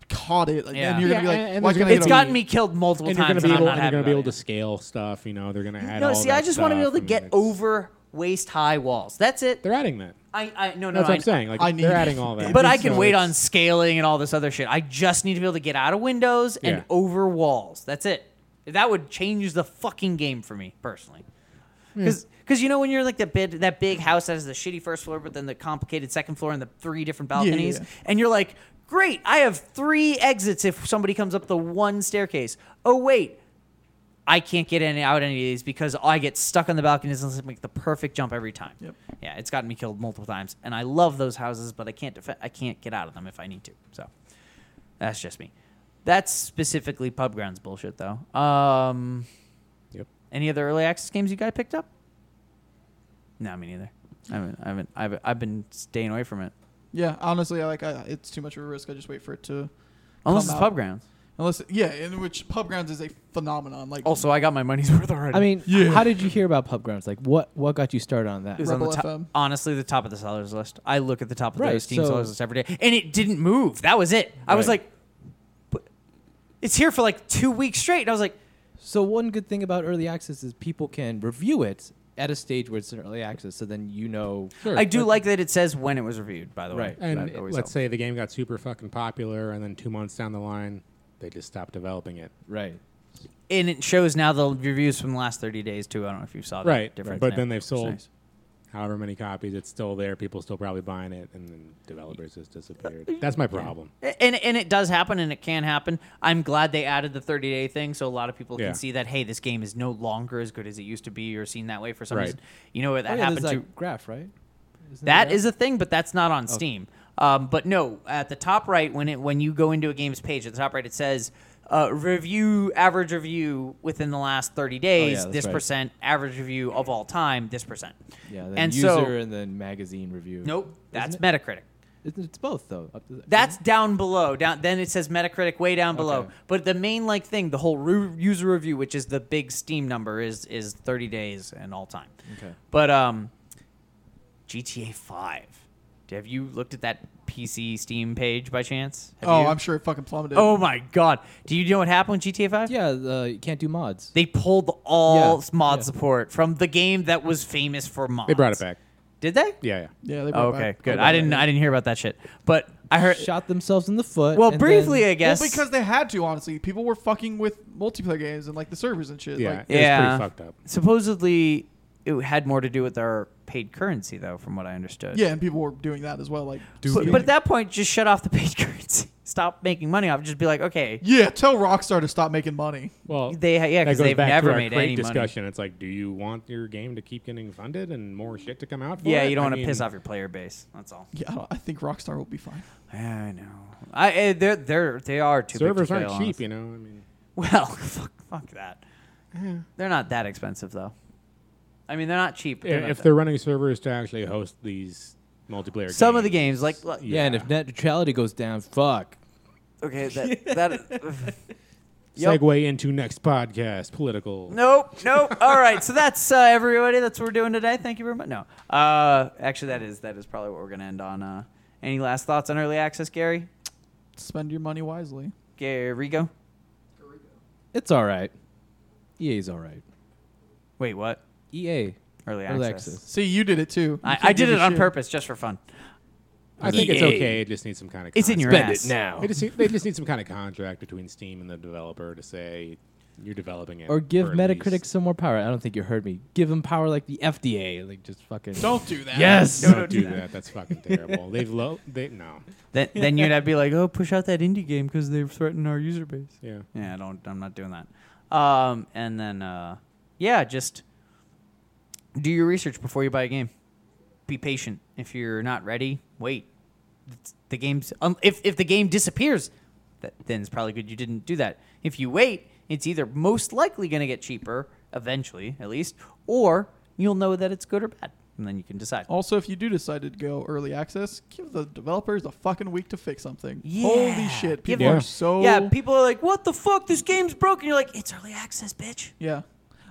Speaker 2: caught it. Like,
Speaker 1: Yeah.
Speaker 2: And you're
Speaker 4: Yeah,
Speaker 2: gonna be like,
Speaker 4: and- and
Speaker 2: why
Speaker 4: there's
Speaker 2: can't
Speaker 4: gonna
Speaker 2: I
Speaker 4: be
Speaker 1: It's
Speaker 2: get
Speaker 4: a-
Speaker 2: a-
Speaker 1: gotten me killed multiple
Speaker 4: and you're
Speaker 1: times.
Speaker 4: gonna be
Speaker 1: and
Speaker 4: able,
Speaker 1: I'm
Speaker 4: and
Speaker 1: not
Speaker 4: you're gonna
Speaker 1: happy
Speaker 4: be able
Speaker 1: about
Speaker 4: to
Speaker 1: it.
Speaker 4: scale stuff. You know, they're gonna add.
Speaker 1: No,
Speaker 4: all
Speaker 1: see,
Speaker 4: that
Speaker 1: I just want to be
Speaker 4: stuff,
Speaker 1: able to
Speaker 4: and
Speaker 1: get
Speaker 4: it's-
Speaker 1: over waist high walls. That's it.
Speaker 4: They're adding that.
Speaker 1: I, I no no.
Speaker 4: That's what
Speaker 1: I,
Speaker 4: I'm saying. Like
Speaker 2: I need-
Speaker 4: they're adding all that.
Speaker 1: But I can
Speaker 4: So
Speaker 1: wait
Speaker 4: it's-
Speaker 1: on scaling and all this other shit. I just need to be able to get out of windows and
Speaker 4: Yeah.
Speaker 1: over walls. That's it. That would change the fucking game for me personally. Because you know when you're like that big that big house that has the shitty first floor, but then the complicated second floor and the three different
Speaker 2: yeah,
Speaker 1: balconies,
Speaker 2: yeah.
Speaker 1: and you're like, great, I have three exits if somebody comes up the one staircase. Oh wait. I can't get any out any of these because I get stuck on the balconies and make the perfect jump every time.
Speaker 2: Yep.
Speaker 1: Yeah, it's gotten me killed multiple times, and I love those houses, but I can't defend. I can't get out of them if I need to. So that's just me. That's specifically pub grounds bullshit, though. Um,
Speaker 4: Yep.
Speaker 1: any other early access games you guys picked up? No, me neither. I haven't. I haven't. I've, I've been staying away from it.
Speaker 2: Yeah, honestly, I like I, it's too much of a risk. I just wait for it to.
Speaker 1: Unless
Speaker 2: Come
Speaker 1: it's
Speaker 2: out.
Speaker 1: pub grounds.
Speaker 2: Unless, yeah, in which pub grounds is a phenomenon. Like
Speaker 1: Also, I got my money's worth already.
Speaker 3: I mean,
Speaker 2: Yeah.
Speaker 3: how did you hear about pub grounds? Like, what what got you started on that?
Speaker 1: It was on the
Speaker 2: Rebel
Speaker 1: top,
Speaker 2: FM.
Speaker 1: honestly the top of the sellers list. I look at the top of the
Speaker 3: Right,
Speaker 1: Steam
Speaker 3: so-
Speaker 1: sellers list every day, and it didn't move. That was it. I was
Speaker 3: Right.
Speaker 1: like, "But it's here for like two weeks straight, and I was like,
Speaker 3: So one good thing about early access is people can review it at a stage where it's in early access, so then you know.
Speaker 4: Sure.
Speaker 1: I do like that it says when it was reviewed. By the way,
Speaker 3: Right.
Speaker 4: And
Speaker 1: That
Speaker 4: it-
Speaker 1: always
Speaker 4: let's
Speaker 1: helps.
Speaker 4: say the game got super fucking popular, and then two months down the line, they just stopped developing it.
Speaker 3: Right.
Speaker 1: and it shows now the reviews from the last thirty days too. I don't know if you saw that
Speaker 4: Right,
Speaker 1: difference,
Speaker 4: but
Speaker 1: now,
Speaker 4: then they've
Speaker 1: which is
Speaker 4: sold
Speaker 1: nice.
Speaker 4: however many copies. It's still there. People still probably buying it, and then developers just disappeared. That's my problem.
Speaker 1: And, and it does happen and it can happen. I'm glad they added the 30 day thing so a lot of people
Speaker 4: Yeah.
Speaker 1: can see that, hey, this game is no longer as good as it used to be or seen that way for some
Speaker 4: Right.
Speaker 1: reason. You know what that
Speaker 3: oh, yeah,
Speaker 1: happened
Speaker 3: there's
Speaker 1: to?
Speaker 3: that graph, right? Isn't there a
Speaker 1: That
Speaker 3: graph?
Speaker 1: is a thing, but that's not on Steam. Um, but no, at the top right, when it when you go into a game's page, at the top right it says uh, review average review within the last thirty days,
Speaker 3: Oh, that's
Speaker 1: this
Speaker 3: right.
Speaker 1: percent average review of all time, this percent.
Speaker 3: yeah. Then
Speaker 1: and
Speaker 3: user
Speaker 1: so-
Speaker 3: and then magazine review.
Speaker 1: Nope, that's
Speaker 3: it?
Speaker 1: Metacritic.
Speaker 3: It's, it's both though. Up to the-
Speaker 1: That's down below. Down then it says Metacritic way down below.
Speaker 3: Okay.
Speaker 1: But the main like thing, the whole re- user review, which is the big Steam number, is is thirty days and all time.
Speaker 3: Okay.
Speaker 1: But um, GTA Five. Have you looked at that PC Steam page by chance? Have
Speaker 2: oh,
Speaker 1: you?
Speaker 2: I'm sure it fucking plummeted.
Speaker 1: Oh my God! Do you know what happened with GTA Five?
Speaker 3: yeah. The, you can't do mods.
Speaker 1: They pulled all
Speaker 3: Yeah,
Speaker 1: mod
Speaker 3: yeah.
Speaker 1: support from the game that was famous for mods.
Speaker 4: They brought it back.
Speaker 1: Did they?
Speaker 4: Yeah, yeah.
Speaker 2: yeah. They
Speaker 1: Oh,
Speaker 2: brought it
Speaker 1: okay,
Speaker 2: back.
Speaker 1: good.
Speaker 2: They
Speaker 1: I
Speaker 2: brought it
Speaker 1: didn't.
Speaker 2: back.
Speaker 1: I didn't hear about that shit. But I heard.
Speaker 3: shot themselves in the foot.
Speaker 1: Well,
Speaker 3: and
Speaker 1: briefly,
Speaker 3: then-
Speaker 1: I guess.
Speaker 2: Well, because they had to. Honestly, people were fucking with multiplayer games and like the servers and shit.
Speaker 4: Yeah,
Speaker 2: Like,
Speaker 4: it was
Speaker 1: Yeah.
Speaker 4: pretty fucked up.
Speaker 1: supposedly it had more to do with our paid currency though from what i understood
Speaker 2: yeah, and people were doing that as well. Like,
Speaker 1: but,
Speaker 2: stealing
Speaker 1: but at
Speaker 2: it.
Speaker 1: that point just shut off the paid currency stop making money off it. just be like okay
Speaker 2: yeah, tell Rockstar to stop making money.
Speaker 4: Well,
Speaker 1: They ha- yeah,
Speaker 4: Oh. that
Speaker 1: 'cause
Speaker 4: goes
Speaker 1: they've
Speaker 4: back to
Speaker 1: never
Speaker 4: our
Speaker 1: made
Speaker 4: Quake
Speaker 1: any money.
Speaker 4: discussion. It's like, do you want your game to keep getting funded and more shit to come out? For
Speaker 1: yeah
Speaker 4: it?
Speaker 1: you don't
Speaker 4: I
Speaker 1: want to
Speaker 4: mean,
Speaker 1: piss off your player base that's all
Speaker 2: Yeah, I, don't, I think Rockstar will be fine.
Speaker 1: yeah i know i eh, they're they're they are too big
Speaker 4: Servers
Speaker 1: to
Speaker 4: aren't
Speaker 1: fail,
Speaker 4: cheap,
Speaker 1: honestly.
Speaker 4: you know. I mean,
Speaker 1: well fuck, fuck that they're not that expensive though i mean they're not cheap but
Speaker 4: if,
Speaker 1: not
Speaker 4: if
Speaker 1: that-
Speaker 4: they're running servers to actually host these multiplayer,
Speaker 1: some of the games like like-
Speaker 3: Yeah, and if net neutrality goes down, fuck.
Speaker 1: okay that uh, that Yep.
Speaker 4: segue into next podcast, political.
Speaker 1: Nope, nope. All right, so that's uh, everybody. That's what we're doing today. Thank you very much. No, uh, actually, that is that is probably what we're gonna end on. Uh, any last thoughts on early access, Gary?
Speaker 2: Spend your money wisely.
Speaker 1: Gary go.
Speaker 3: It's all right. EA's all right.
Speaker 1: Wait, what?
Speaker 3: EA.
Speaker 1: Early access.
Speaker 3: Early access.
Speaker 2: See, you did it too. You
Speaker 1: I,
Speaker 2: can't
Speaker 1: I did
Speaker 2: give
Speaker 1: it
Speaker 2: a
Speaker 1: on
Speaker 2: shit.
Speaker 1: purpose, just for fun.
Speaker 4: I think it's
Speaker 3: EA.
Speaker 4: okay. It just needs some kind of.
Speaker 1: It's in your
Speaker 4: contract.
Speaker 1: ass now.
Speaker 4: They just, need- they just need some kind of contract between Steam and the developer to say you're developing it,
Speaker 3: Or give
Speaker 4: for at
Speaker 3: Metacritic
Speaker 4: least-
Speaker 3: some more power. I don't think you heard me. Give them power like the FDA. Like just fucking.
Speaker 2: Don't do that.
Speaker 3: Yes.
Speaker 4: Don't, do that. That's fucking terrible. They've low. They no.
Speaker 1: Then then you'd have to be like, oh, push out that indie game because they've threatened our user base.
Speaker 4: Yeah.
Speaker 1: Yeah, I don't. I'm not doing that. Um, and then uh, yeah, just do your research before you buy a game. Be patient. If you're not ready, wait. It's- The game's um, if if the game disappears, that, then it's probably good you didn't do that. If you wait, it's either most likely going to get cheaper eventually, at least, or you'll know that it's good or bad, and then you can decide.
Speaker 2: Also, if you do decide to go early access, give the developers a fucking week to fix something.
Speaker 1: Yeah.
Speaker 2: Holy shit,
Speaker 1: Give
Speaker 2: people
Speaker 4: them-
Speaker 2: are so
Speaker 1: Yeah, people are like, "What the fuck? This game's broken." You're like, "It's early access, bitch."
Speaker 2: Yeah.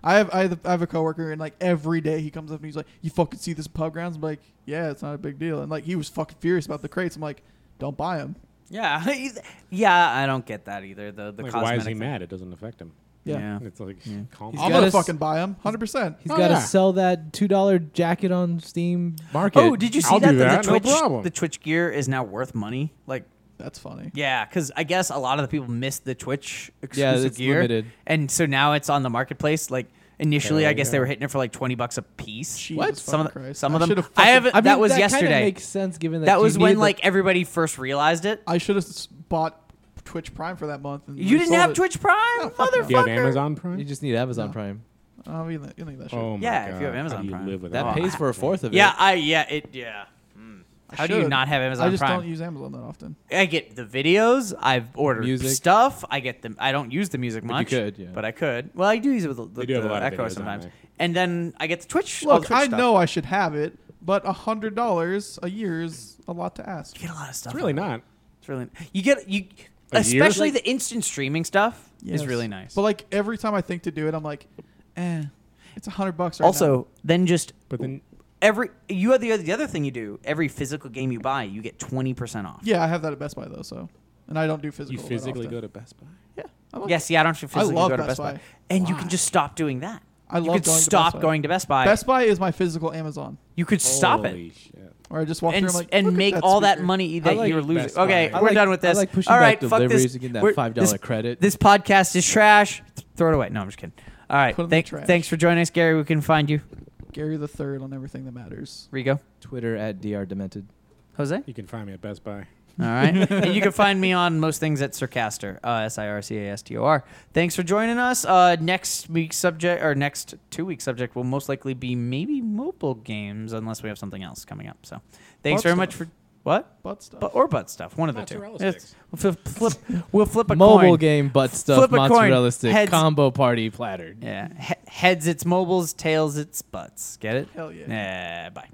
Speaker 2: I have, I have I have a coworker and like every day he comes up and he's like, "You fucking see this pub grounds?" I'm like, "Yeah, it's not a big deal." And like he was fucking furious about the crates. I'm like, "Don't buy them."
Speaker 1: Yeah, yeah, I don't get that either. The the
Speaker 4: Like, why
Speaker 1: cosmetic
Speaker 4: is he
Speaker 1: thing.
Speaker 4: mad? It doesn't affect him.
Speaker 2: Yeah.
Speaker 1: Yeah.
Speaker 4: It's like calm
Speaker 3: He's
Speaker 2: I'm
Speaker 3: got
Speaker 4: down.
Speaker 2: gonna
Speaker 3: a s-
Speaker 2: fucking buy him, hundred percent.
Speaker 3: He's
Speaker 4: Oh,
Speaker 3: got to
Speaker 4: yeah.
Speaker 3: sell that two dollar jacket on Steam market.
Speaker 1: Oh, did you see
Speaker 4: I'll
Speaker 1: that?
Speaker 4: do
Speaker 1: that
Speaker 4: that,
Speaker 1: the
Speaker 4: no
Speaker 1: Twitch
Speaker 4: problem.
Speaker 1: the Twitch gear is now worth money. Like,
Speaker 2: That's funny.
Speaker 1: yeah, because I guess a lot of the people missed the Twitch exclusive
Speaker 3: it's
Speaker 1: gear,
Speaker 3: limited.
Speaker 1: and so now it's on the marketplace. Like initially,
Speaker 4: Hell
Speaker 1: I guess they
Speaker 4: yeah.
Speaker 1: were hitting it for like twenty bucks a piece.
Speaker 2: Jesus What?
Speaker 1: Some of
Speaker 2: fucking
Speaker 1: the,
Speaker 2: Christ.
Speaker 1: some
Speaker 2: I
Speaker 1: of them.
Speaker 2: should've
Speaker 1: I
Speaker 2: fucking-
Speaker 1: haven't.
Speaker 3: I mean,
Speaker 1: that was
Speaker 3: that kinda
Speaker 1: yesterday.
Speaker 3: Makes sense given that
Speaker 1: that
Speaker 3: you
Speaker 1: was
Speaker 3: need
Speaker 1: when
Speaker 3: the-
Speaker 1: like everybody first realized it.
Speaker 2: I should have bought Twitch Prime for that month. And
Speaker 1: You didn't
Speaker 2: resold
Speaker 1: have
Speaker 2: it.
Speaker 1: Twitch Prime,
Speaker 2: No, fuck no.
Speaker 1: motherfucker.
Speaker 4: Do you have Amazon Prime?
Speaker 3: you just need Amazon
Speaker 2: No.
Speaker 3: Prime.
Speaker 2: Oh, you think- you think that shit.
Speaker 4: oh my
Speaker 1: Yeah,
Speaker 4: God.
Speaker 1: if you have Amazon
Speaker 4: How do you
Speaker 1: Prime.
Speaker 4: live with
Speaker 3: That
Speaker 1: Oh,
Speaker 3: pays for a fourth of
Speaker 1: Yeah,
Speaker 3: it.
Speaker 1: I yeah it yeah. Mm. How do you
Speaker 2: should've.
Speaker 1: not have Amazon
Speaker 2: I just
Speaker 1: Prime?
Speaker 2: don't use Amazon that often.
Speaker 1: I get the videos. I've ordered
Speaker 3: Music.
Speaker 1: stuff. I get them. I don't use the music
Speaker 3: But you
Speaker 1: much.
Speaker 3: could, yeah.
Speaker 1: But I could. Well, I do use it with the,
Speaker 4: They do have a
Speaker 1: the
Speaker 4: lot of videos
Speaker 1: Echo
Speaker 4: on
Speaker 1: sometimes.
Speaker 4: there.
Speaker 1: And then I get the Twitch. all the
Speaker 2: Look,
Speaker 1: Twitch
Speaker 2: I
Speaker 1: stuff.
Speaker 2: know I should have it, but a hundred dollars a year is a lot to ask.
Speaker 1: You get a lot of stuff.
Speaker 4: It's really
Speaker 1: on it.
Speaker 4: not.
Speaker 1: It's really. You get you,
Speaker 4: A year?
Speaker 1: especially the instant streaming stuff is
Speaker 2: Yes.
Speaker 1: really nice.
Speaker 2: But like every time I think to do it, I'm like, eh, it's a hundred bucks. Right
Speaker 1: also, then just
Speaker 4: But then
Speaker 1: every you have the the other thing you do. Every physical game you buy, you get twenty percent off.
Speaker 2: now. yeah, I have that at Best Buy though, so and I don't do physical.
Speaker 4: you physically go
Speaker 2: good.
Speaker 4: to Best Buy.
Speaker 2: Yeah, I like
Speaker 1: Yeah, see, I don't physically
Speaker 2: love
Speaker 1: go to
Speaker 2: Best
Speaker 1: Best Buy.
Speaker 2: Buy.
Speaker 1: And you can just stop doing that.
Speaker 2: I
Speaker 1: you
Speaker 2: love
Speaker 1: could
Speaker 2: going to
Speaker 1: stop
Speaker 2: Best Buy.
Speaker 1: going to Best Buy.
Speaker 2: Best Buy is my physical Amazon,
Speaker 1: you could stop it.
Speaker 4: Holy shit.
Speaker 2: where I just walk
Speaker 1: and,
Speaker 2: through. I'm like,
Speaker 1: and
Speaker 2: "Look at
Speaker 1: make
Speaker 2: that
Speaker 1: all that
Speaker 2: speaker."
Speaker 1: money
Speaker 4: I
Speaker 1: that
Speaker 4: like
Speaker 1: you're losing.
Speaker 4: Best Buy.
Speaker 1: Okay,
Speaker 4: I
Speaker 1: we're
Speaker 3: like-
Speaker 1: done with
Speaker 3: I
Speaker 1: this.
Speaker 3: like pushing
Speaker 1: all
Speaker 3: back
Speaker 1: right, fuck
Speaker 3: deliveries
Speaker 1: this.
Speaker 3: to get that
Speaker 1: We're-
Speaker 3: $5
Speaker 1: this-
Speaker 3: credit.
Speaker 1: This podcast is trash. Throw it away. No, I'm just kidding. All right,
Speaker 2: Put it in the
Speaker 1: thank-
Speaker 2: trash.
Speaker 1: thanks for joining us, Gary. We can find you,
Speaker 2: Gary the Third on everything that matters.
Speaker 1: Rigo,
Speaker 3: Twitter at dr demented.
Speaker 1: Jose. All
Speaker 4: You can find me at Best Buy.
Speaker 1: right, and you can find me on most things at Circaster, uh, S-I-R-C-A-S-T-O-R. Thanks for joining us. Uh, next week's subject or next two week subject will most likely be maybe mobile games, unless we have something else coming up. So, thanks
Speaker 2: Butt
Speaker 1: very much
Speaker 2: stuff.
Speaker 1: for what.
Speaker 2: Butt stuff.
Speaker 1: But or butt stuff, one of the two.
Speaker 4: Mozzarella
Speaker 1: It's-
Speaker 4: sticks.
Speaker 1: We'll flip, flip- we'll flip a
Speaker 3: Mobile
Speaker 1: coin.
Speaker 3: game butt stuff
Speaker 1: Flip a coin.
Speaker 3: mozzarella stick
Speaker 1: Heads.
Speaker 3: combo party platter.
Speaker 1: Yeah. He- heads its mobiles, tails its butts. Get it?
Speaker 2: Hell yeah.
Speaker 1: Yeah. Bye.